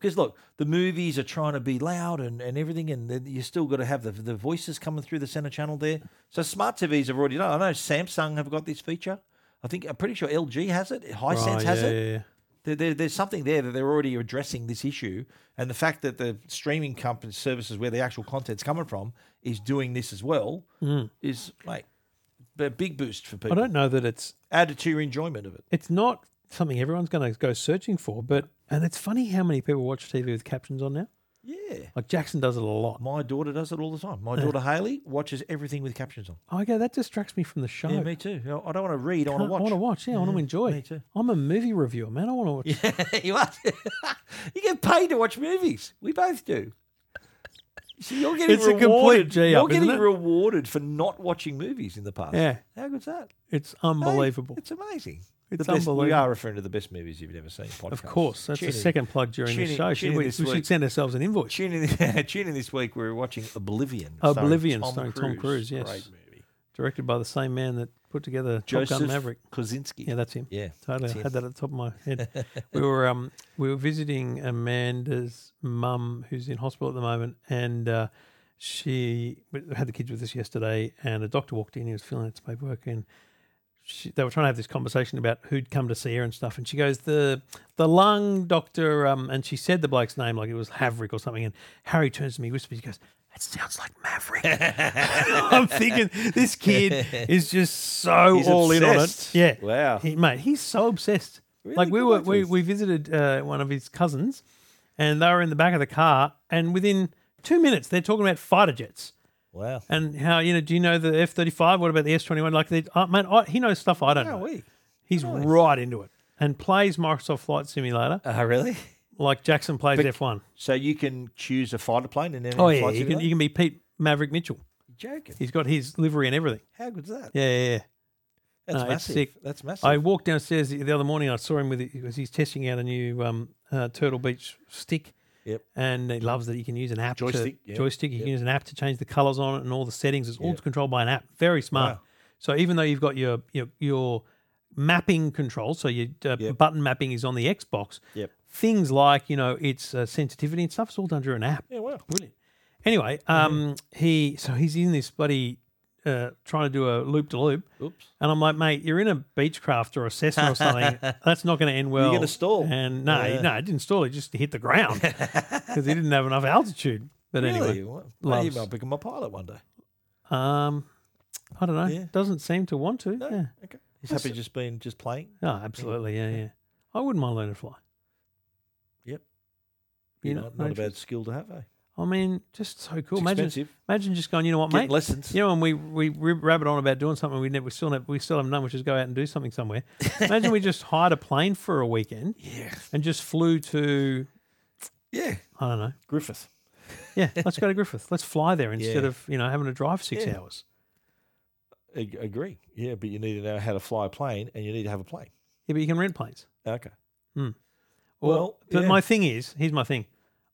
Speaker 2: Because look, the movies are trying to be loud and, and everything, and then you still got to have the the voices coming through the center channel there. So smart TVs have already done. I know Samsung have got this feature. I think I'm pretty sure LG has it. Hisense
Speaker 1: Right,
Speaker 2: has
Speaker 1: Oh, yeah,
Speaker 2: it.
Speaker 1: yeah, yeah.
Speaker 2: There, there, there's something there that they're already addressing this issue, and the fact that the streaming company services where the actual content's coming from is doing this as well is like a big boost for
Speaker 1: Mm. I
Speaker 2: people.
Speaker 1: don't know that it's
Speaker 2: Added to your enjoyment of it.
Speaker 1: it's not something everyone's going to go searching for, but and it's funny how many people watch TV with captions on now.
Speaker 2: Yeah,
Speaker 1: Like Jackson does it a lot.
Speaker 2: my daughter does it all the time. My daughter Haley watches everything with captions on.
Speaker 1: I go, that distracts me from the show.
Speaker 2: Yeah, me too. You know, I don't want to read. I
Speaker 1: I
Speaker 2: want to watch.
Speaker 1: want to watch. Yeah, I want to enjoy.
Speaker 2: me too.
Speaker 1: I'm a movie reviewer, man. I want to watch.
Speaker 2: you are. you get paid to watch movies. We both do. So you're getting
Speaker 1: It's a complete
Speaker 2: rewarded.
Speaker 1: G
Speaker 2: you're
Speaker 1: up, isn't
Speaker 2: getting
Speaker 1: it?
Speaker 2: rewarded for not watching movies in the past.
Speaker 1: Yeah.
Speaker 2: How good's that?
Speaker 1: It's
Speaker 2: Hey,
Speaker 1: unbelievable.
Speaker 2: it's amazing.
Speaker 1: It's
Speaker 2: the best, We
Speaker 1: unbelievable.
Speaker 2: are referring to the best movies you've ever seen. Podcast.
Speaker 1: of course, that's
Speaker 2: Tune
Speaker 1: the
Speaker 2: in-
Speaker 1: second plug during
Speaker 2: tune
Speaker 1: the
Speaker 2: in-
Speaker 1: show.
Speaker 2: tune
Speaker 1: Should
Speaker 2: in
Speaker 1: we, we
Speaker 2: this week.
Speaker 1: should send ourselves an invoice.
Speaker 2: Tune in, tune in this week. We're watching Oblivion. starring
Speaker 1: Oblivion, starring Tom Cruise, yes.
Speaker 2: Great movie.
Speaker 1: Directed by the same man that put together Top
Speaker 2: Joseph
Speaker 1: Gun Maverick.
Speaker 2: Kosinski.
Speaker 1: Yeah, that's him.
Speaker 2: Yeah,
Speaker 1: totally.
Speaker 2: that's
Speaker 1: I
Speaker 2: him.
Speaker 1: had that at the top of my head. we were um we were visiting Amanda's mum who's in hospital at the moment, and uh, she we had the kids with us yesterday, and a doctor walked in. He was filling out some paperwork, and she, they were trying to have this conversation about who'd come to see her and stuff. And she goes, the the lung doctor, um, and she said the bloke's name like it was Haverick or something. And Harry turns to me, whispers, he goes. That sounds like Maverick. I'm thinking this kid is just so
Speaker 2: He's
Speaker 1: all in on it.
Speaker 2: obsessed.
Speaker 1: Yeah.
Speaker 2: Wow.
Speaker 1: He- mate, he's so obsessed. like we
Speaker 2: Good
Speaker 1: were,
Speaker 2: luck to
Speaker 1: we,
Speaker 2: us.
Speaker 1: we visited uh, one of his cousins, and they were in the back of the car, and within two minutes they're talking about fighter jets
Speaker 2: Wow.
Speaker 1: and how you know. Do you know the F thirty five? What about the S twenty one? Like, they- uh, man, I, he knows stuff I don't know.
Speaker 2: we?
Speaker 1: He's right into it and plays Microsoft Flight Simulator
Speaker 2: Oh, really?
Speaker 1: like Jackson plays F one.
Speaker 2: So you can choose a fighter plane and then
Speaker 1: Oh yeah, you can you can be Pete Maverick Mitchell.
Speaker 2: joking.
Speaker 1: He's got his livery and everything.
Speaker 2: How good's that?
Speaker 1: Yeah, yeah. yeah.
Speaker 2: That's
Speaker 1: No, it's
Speaker 2: massive.
Speaker 1: sick.
Speaker 2: That's massive.
Speaker 1: I walked downstairs the, the other morning. I saw him with because he's testing out a new um, uh, Turtle Beach stick.
Speaker 2: Yep.
Speaker 1: And he loves that he can use an app
Speaker 2: Joystick,
Speaker 1: To,
Speaker 2: yep,
Speaker 1: Joystick. You can use an app to change the colors on it and all the settings. It's all controlled by an app. Very smart.
Speaker 2: Wow.
Speaker 1: So even though you've got your your, your mapping control, so your uh, button mapping is on the Xbox.
Speaker 2: Yep.
Speaker 1: Things like you know its uh, sensitivity and stuff. It's all done through an app.
Speaker 2: yeah, wow. Brilliant.
Speaker 1: Anyway,
Speaker 2: Mm-hmm.
Speaker 1: um, he so he's in this bloody uh, trying to do a loop to loop.
Speaker 2: Oops.
Speaker 1: And I'm like, mate, you're in a Beechcraft or a Cessna or something. That's not going to end well.
Speaker 2: gonna stall.
Speaker 1: And no, he-
Speaker 2: Yeah.
Speaker 1: no, it didn't stall. It just hit the ground because he didn't have enough altitude. But
Speaker 2: Really?
Speaker 1: anyway,
Speaker 2: What? Maybe
Speaker 1: loves-
Speaker 2: I'll become a pilot one day.
Speaker 1: um, I don't know.
Speaker 2: Yeah.
Speaker 1: Doesn't seem to want to. Yeah.
Speaker 2: Okay. He's happy just being just playing.
Speaker 1: Oh, absolutely. Yeah, yeah. I wouldn't mind learning to fly.
Speaker 2: Yep.
Speaker 1: You
Speaker 2: You
Speaker 1: know,
Speaker 2: know, not a
Speaker 1: nature-
Speaker 2: bad skill to have, eh?
Speaker 1: I mean, just so cool.
Speaker 2: It's
Speaker 1: imagine,
Speaker 2: expensive.
Speaker 1: imagine just going. You know what,
Speaker 2: Getting
Speaker 1: mate?
Speaker 2: lessons.
Speaker 1: You know, when we we rib- rabbit on about doing something, we never, we still never, we still haven't done, which is go out and do something somewhere. Imagine we just hired a plane for a weekend
Speaker 2: Yeah.
Speaker 1: and just flew to
Speaker 2: Yeah.
Speaker 1: I don't know
Speaker 2: Griffith.
Speaker 1: Yeah, let's go to Griffith. Let's fly there instead
Speaker 2: Yeah.
Speaker 1: of you know having to drive six
Speaker 2: Yeah.
Speaker 1: hours.
Speaker 2: Ag- agree. Yeah, but you need to know how to fly a plane and you need to have a plane.
Speaker 1: Yeah, but you can rent planes.
Speaker 2: Okay.
Speaker 1: Or,
Speaker 2: Well,
Speaker 1: but
Speaker 2: yeah.
Speaker 1: my thing is, here's my thing.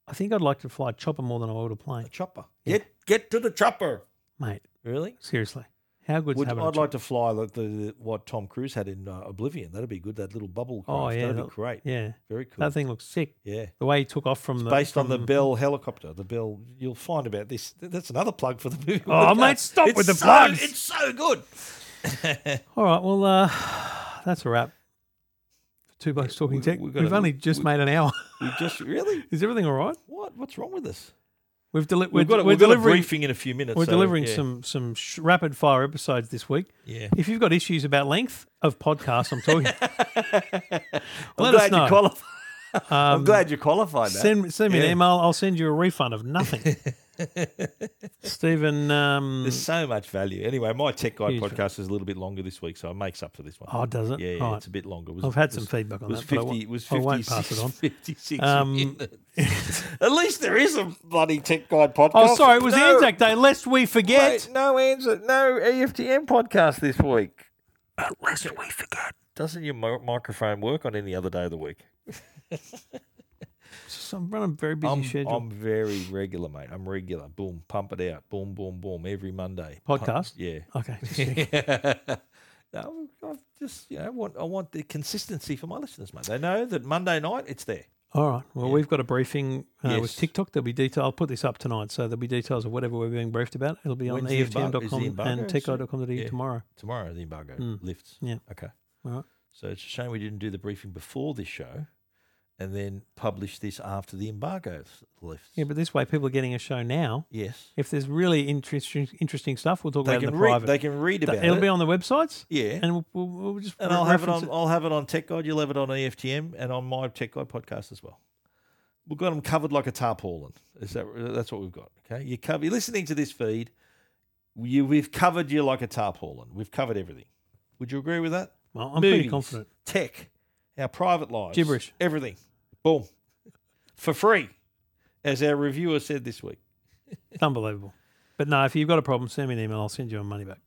Speaker 1: I think I'd like to fly a chopper more than I would a plane,
Speaker 2: Chopper. Get get to the chopper.
Speaker 1: mate.
Speaker 2: Really?
Speaker 1: Seriously, How good's
Speaker 2: Would,
Speaker 1: having a
Speaker 2: I'd
Speaker 1: chat?
Speaker 2: like to fly like the, the- what Tom Cruise had in uh, Oblivion. That'd be good. That little bubble. Craft.
Speaker 1: Oh yeah,
Speaker 2: that'd
Speaker 1: that-
Speaker 2: be great.
Speaker 1: Yeah,
Speaker 2: very cool.
Speaker 1: that thing looks sick.
Speaker 2: yeah,
Speaker 1: The way he took off from the
Speaker 2: based on the
Speaker 1: from-
Speaker 2: Bell helicopter. The Bell. You'll find about this. Th- That's another plug for the movie.
Speaker 1: Oh,
Speaker 2: podcast.
Speaker 1: mate, stop
Speaker 2: It's
Speaker 1: with the
Speaker 2: so-
Speaker 1: plugs.
Speaker 2: It's so good.
Speaker 1: All right, well, uh, that's a wrap. Two blokes talking
Speaker 2: we-
Speaker 1: tech.
Speaker 2: we've
Speaker 1: We've,
Speaker 2: got a-
Speaker 1: only just
Speaker 2: we-
Speaker 1: made an hour.
Speaker 2: We just really
Speaker 1: Is everything all right?
Speaker 2: what? What's wrong with us?
Speaker 1: We've, deli-
Speaker 2: We've
Speaker 1: we're,
Speaker 2: got a,
Speaker 1: we're
Speaker 2: we've got a
Speaker 1: delivering.
Speaker 2: briefing in a few minutes.
Speaker 1: we're
Speaker 2: so,
Speaker 1: delivering
Speaker 2: yeah.
Speaker 1: some some sh- rapid fire episodes this week.
Speaker 2: Yeah.
Speaker 1: If you've got issues about length of podcasts, I'm talking.
Speaker 2: I'm
Speaker 1: let
Speaker 2: glad
Speaker 1: us know.
Speaker 2: You qualif- I'm
Speaker 1: Um,
Speaker 2: glad you qualified that.
Speaker 1: Send, send me
Speaker 2: Yeah.
Speaker 1: an email. I'll send you a refund of nothing. Stephen, um,
Speaker 2: There's so much value. Anyway, my Tech Guide
Speaker 1: Huge
Speaker 2: podcast is a little bit longer this week, so it makes up for this one.
Speaker 1: Oh, does it?
Speaker 2: Yeah, yeah,
Speaker 1: Right.
Speaker 2: it's a bit longer. It was-
Speaker 1: I've had
Speaker 2: it
Speaker 1: some
Speaker 2: was-
Speaker 1: feedback
Speaker 2: It
Speaker 1: on
Speaker 2: was
Speaker 1: that. but I won't-
Speaker 2: fifty. It was
Speaker 1: I
Speaker 2: fifty-six.
Speaker 1: won't pass it on.
Speaker 2: 56
Speaker 1: Um,
Speaker 2: minutes. At least there is a bloody Tech Guide podcast.
Speaker 1: Oh, sorry, it was
Speaker 2: No,
Speaker 1: Anzac Day. Lest we forget.
Speaker 2: wait, no answer. No E EFTM podcast this week. Unless we forget. Doesn't your mi- microphone work on any other day of the week?
Speaker 1: It's just I'm running a very busy
Speaker 2: I'm,
Speaker 1: schedule.
Speaker 2: I'm very regular, mate. I'm regular. Boom, pump it out. Boom, boom, boom. Every Monday. Pump-
Speaker 1: Podcast?
Speaker 2: yeah.
Speaker 1: okay. just checking.
Speaker 2: no, I just you know want I want the consistency for my listeners, mate. They know that Monday night it's there.
Speaker 1: All right. Well, we've got a briefing uh,
Speaker 2: Yes.
Speaker 1: with TikTok. There'll be detail. I'll put this up tonight, so there'll be details of whatever we're being briefed about. It'll be on E
Speaker 2: When's the embargo? Is the
Speaker 1: EFTM.com
Speaker 2: embargo
Speaker 1: and techco.com.au
Speaker 2: soon? Yeah.
Speaker 1: E tomorrow.
Speaker 2: Tomorrow the embargo lifts.
Speaker 1: Hmm. Yeah.
Speaker 2: Okay.
Speaker 1: All right.
Speaker 2: So it's a shame we didn't do the briefing before this show, and then publish this after the embargo s- lifts.
Speaker 1: Yeah, but this way, people are getting a show now.
Speaker 2: yes.
Speaker 1: If there's really interesting, interesting stuff, we'll talk
Speaker 2: They
Speaker 1: about it in
Speaker 2: can
Speaker 1: the
Speaker 2: read.
Speaker 1: private.
Speaker 2: They can read about
Speaker 1: It'll
Speaker 2: it.
Speaker 1: be on the websites.
Speaker 2: yeah. And,
Speaker 1: And we'll, we'll, we'll just re-
Speaker 2: I'll have it
Speaker 1: reference
Speaker 2: on. I'll have it on Tech Guide. You'll have it on E EFTM and on my Tech Guide podcast as well. We've got them covered like a tarpaulin. Is that that's what we've got? Okay. You cover. You're listening to this feed. You, we've covered you like a tarpaulin. We've covered everything. Would you agree with that?
Speaker 1: Well, I'm
Speaker 2: Movies,
Speaker 1: pretty confident.
Speaker 2: Tech, our private lives,
Speaker 1: Gibberish.
Speaker 2: everything, boom, for free, as our reviewer said this week.
Speaker 1: It's unbelievable. But no, if you've got a problem, send me an email. I'll send you my money back.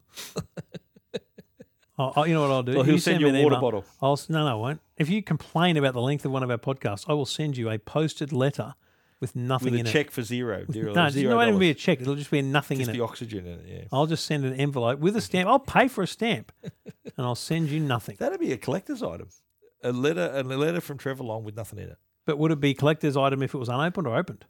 Speaker 1: I'll, I'll- you know what I'll do?
Speaker 2: Well,
Speaker 1: If
Speaker 2: he'll
Speaker 1: you
Speaker 2: send you
Speaker 1: me
Speaker 2: a
Speaker 1: an
Speaker 2: water
Speaker 1: email,
Speaker 2: bottle.
Speaker 1: I'll, s- no, no, I won't. If you complain about the length of one of our podcasts, I will send you a posted letter with nothing
Speaker 2: With a
Speaker 1: in
Speaker 2: check for zero.
Speaker 1: it.
Speaker 2: zero
Speaker 1: no, it's
Speaker 2: zero
Speaker 1: not even
Speaker 2: dollars.
Speaker 1: be a check. It'll just be nothing
Speaker 2: Just
Speaker 1: in
Speaker 2: the
Speaker 1: it.
Speaker 2: oxygen in it. Yeah,
Speaker 1: I'll just send an envelope with a stamp. I'll pay for a stamp, and I'll send you nothing.
Speaker 2: that'd be a collector's item. A letter, a letter from Trevor Long with nothing in it.
Speaker 1: But would it be collector's item if it was unopened or opened?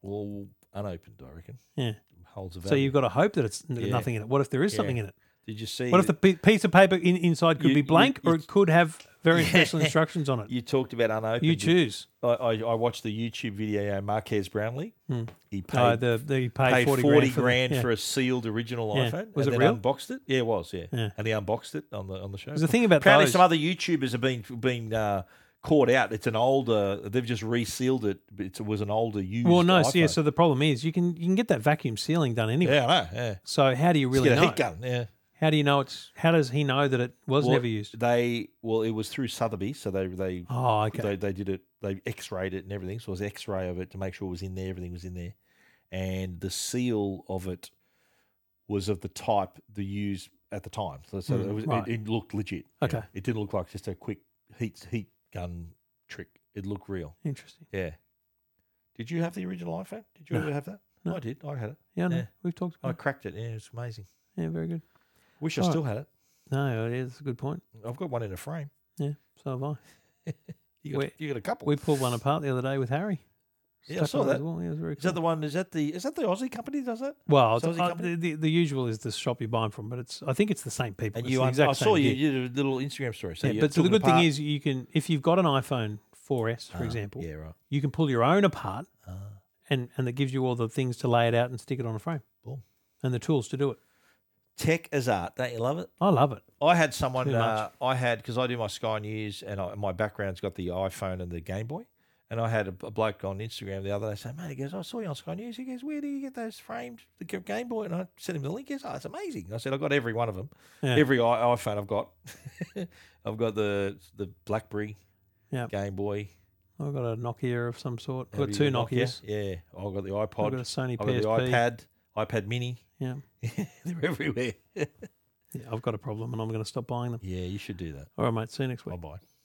Speaker 2: Well, unopened, I reckon.
Speaker 1: Yeah.
Speaker 2: Holds a value.
Speaker 1: So you've got to hope that it's n-
Speaker 2: Yeah.
Speaker 1: nothing in it. What if there is
Speaker 2: Yeah.
Speaker 1: something in it?
Speaker 2: Did you see?
Speaker 1: What if the
Speaker 2: that
Speaker 1: pi- piece of paper in, inside could
Speaker 2: You-
Speaker 1: be
Speaker 2: you-
Speaker 1: blank, or
Speaker 2: you-
Speaker 1: it could have very special instructions on it? You,
Speaker 2: you talked about unopened?
Speaker 1: choose.
Speaker 2: I, I, I watched the YouTube video. Marquez Brownlee. He paid
Speaker 1: No, Hmm. Oh, Uh, the the pay
Speaker 2: paid
Speaker 1: forty,
Speaker 2: 40,
Speaker 1: grand,
Speaker 2: grand,
Speaker 1: the- yeah.
Speaker 2: for a sealed original
Speaker 1: Yeah.
Speaker 2: iPhone.
Speaker 1: Was
Speaker 2: and
Speaker 1: it
Speaker 2: then
Speaker 1: real?
Speaker 2: Unboxed it. Yeah, it was. Yeah.
Speaker 1: Yeah.
Speaker 2: and he unboxed it on the on the show.
Speaker 1: 'Cause the thing about
Speaker 2: apparently
Speaker 1: those-
Speaker 2: some other YouTubers have been been uh, caught out. It's an older. They've just resealed it. but It was an older used.
Speaker 1: Well, no,
Speaker 2: IPhone.
Speaker 1: so, yeah. So the problem is you can you can get that vacuum sealing done anyway.
Speaker 2: yeah, I know. Yeah,
Speaker 1: So how do you really
Speaker 2: get a
Speaker 1: know?
Speaker 2: heat gun. Yeah,
Speaker 1: How do you know it's? How does he know that it was
Speaker 2: Well,
Speaker 1: never used?
Speaker 2: They well, it was through Sotheby, so they they
Speaker 1: Oh, okay.
Speaker 2: they, they did it. They X-rayed it and everything. So it was X-ray of it to make sure it was in there. Everything was in there, and the seal of it was of the type the used at the time. So, so
Speaker 1: Mm,
Speaker 2: it, was,
Speaker 1: right.
Speaker 2: it, it looked legit. you know.
Speaker 1: Okay.
Speaker 2: it didn't look like just a quick heat heat gun trick. It looked real.
Speaker 1: Interesting.
Speaker 2: Yeah. Did you have the original iPhone? Did you
Speaker 1: No.
Speaker 2: ever have that?
Speaker 1: No.
Speaker 2: I did. I had it.
Speaker 1: Yeah, no,
Speaker 2: Yeah.
Speaker 1: we've talked
Speaker 2: I
Speaker 1: about.
Speaker 2: cracked it. Yeah, it's amazing.
Speaker 1: it. Yeah, very good.
Speaker 2: Wish I
Speaker 1: All right.
Speaker 2: still had it.
Speaker 1: No, it is a good point.
Speaker 2: I've got one in a frame.
Speaker 1: Yeah, so have I.
Speaker 2: You got,
Speaker 1: Where-
Speaker 2: you got a couple.
Speaker 1: We pulled one apart the other day with Harry.
Speaker 2: Yeah, I
Speaker 1: Stuck
Speaker 2: saw
Speaker 1: one as
Speaker 2: that.
Speaker 1: Well. Yeah, it was very
Speaker 2: Is that
Speaker 1: cool.
Speaker 2: the one? Is that the is that the Aussie company that does that?
Speaker 1: Well,
Speaker 2: So
Speaker 1: it's-
Speaker 2: is it
Speaker 1: uh,
Speaker 2: company?
Speaker 1: the, the, the usual is the shop you buy 'em from, but it's I think it's the same people.
Speaker 2: And
Speaker 1: It's
Speaker 2: you,
Speaker 1: the
Speaker 2: un-
Speaker 1: exact
Speaker 2: I saw
Speaker 1: same gear.
Speaker 2: you, you did a little Instagram story. So
Speaker 1: yeah,
Speaker 2: you
Speaker 1: but so the
Speaker 2: took it
Speaker 1: good thing
Speaker 2: apart.
Speaker 1: is you can if you've got an iPhone 4S, for
Speaker 2: Ah,
Speaker 1: example,
Speaker 2: yeah, right.
Speaker 1: you can pull your own apart,
Speaker 2: Ah.
Speaker 1: and and it gives you all the things to lay it out and stick it on a frame,
Speaker 2: Cool.
Speaker 1: and the tools to do it.
Speaker 2: Tech as art, don't you love it?
Speaker 1: I love it.
Speaker 2: I had someone.
Speaker 1: Too
Speaker 2: Uh,
Speaker 1: much.
Speaker 2: I had because I do my Sky News and I, my background's got the iPhone and the Game Boy. And I had a, a bloke on Instagram the other day say, "Mate, he goes, I saw you on Sky News. He goes, where do you get those framed the G- Game Boy?" And I sent him the link. He goes, "Oh, it's amazing." I said, "I got every one of them.
Speaker 1: Yeah.
Speaker 2: Every i- iPhone I've got. I've got the the BlackBerry,
Speaker 1: Yeah.
Speaker 2: Game Boy.
Speaker 1: I've got a Nokia of some sort. I've
Speaker 2: Have
Speaker 1: got
Speaker 2: you
Speaker 1: two
Speaker 2: got
Speaker 1: Nokias.
Speaker 2: Yeah, I've got the
Speaker 1: I've
Speaker 2: iPod.
Speaker 1: got a Sony
Speaker 2: I've got the
Speaker 1: PSP.
Speaker 2: iPad, iPad Mini.
Speaker 1: Yeah.
Speaker 2: They're everywhere.
Speaker 1: yeah, I've got a problem, and I'm going to stop buying them.
Speaker 2: Yeah, you should do that.
Speaker 1: All right, mate. See you next week.
Speaker 2: Bye bye.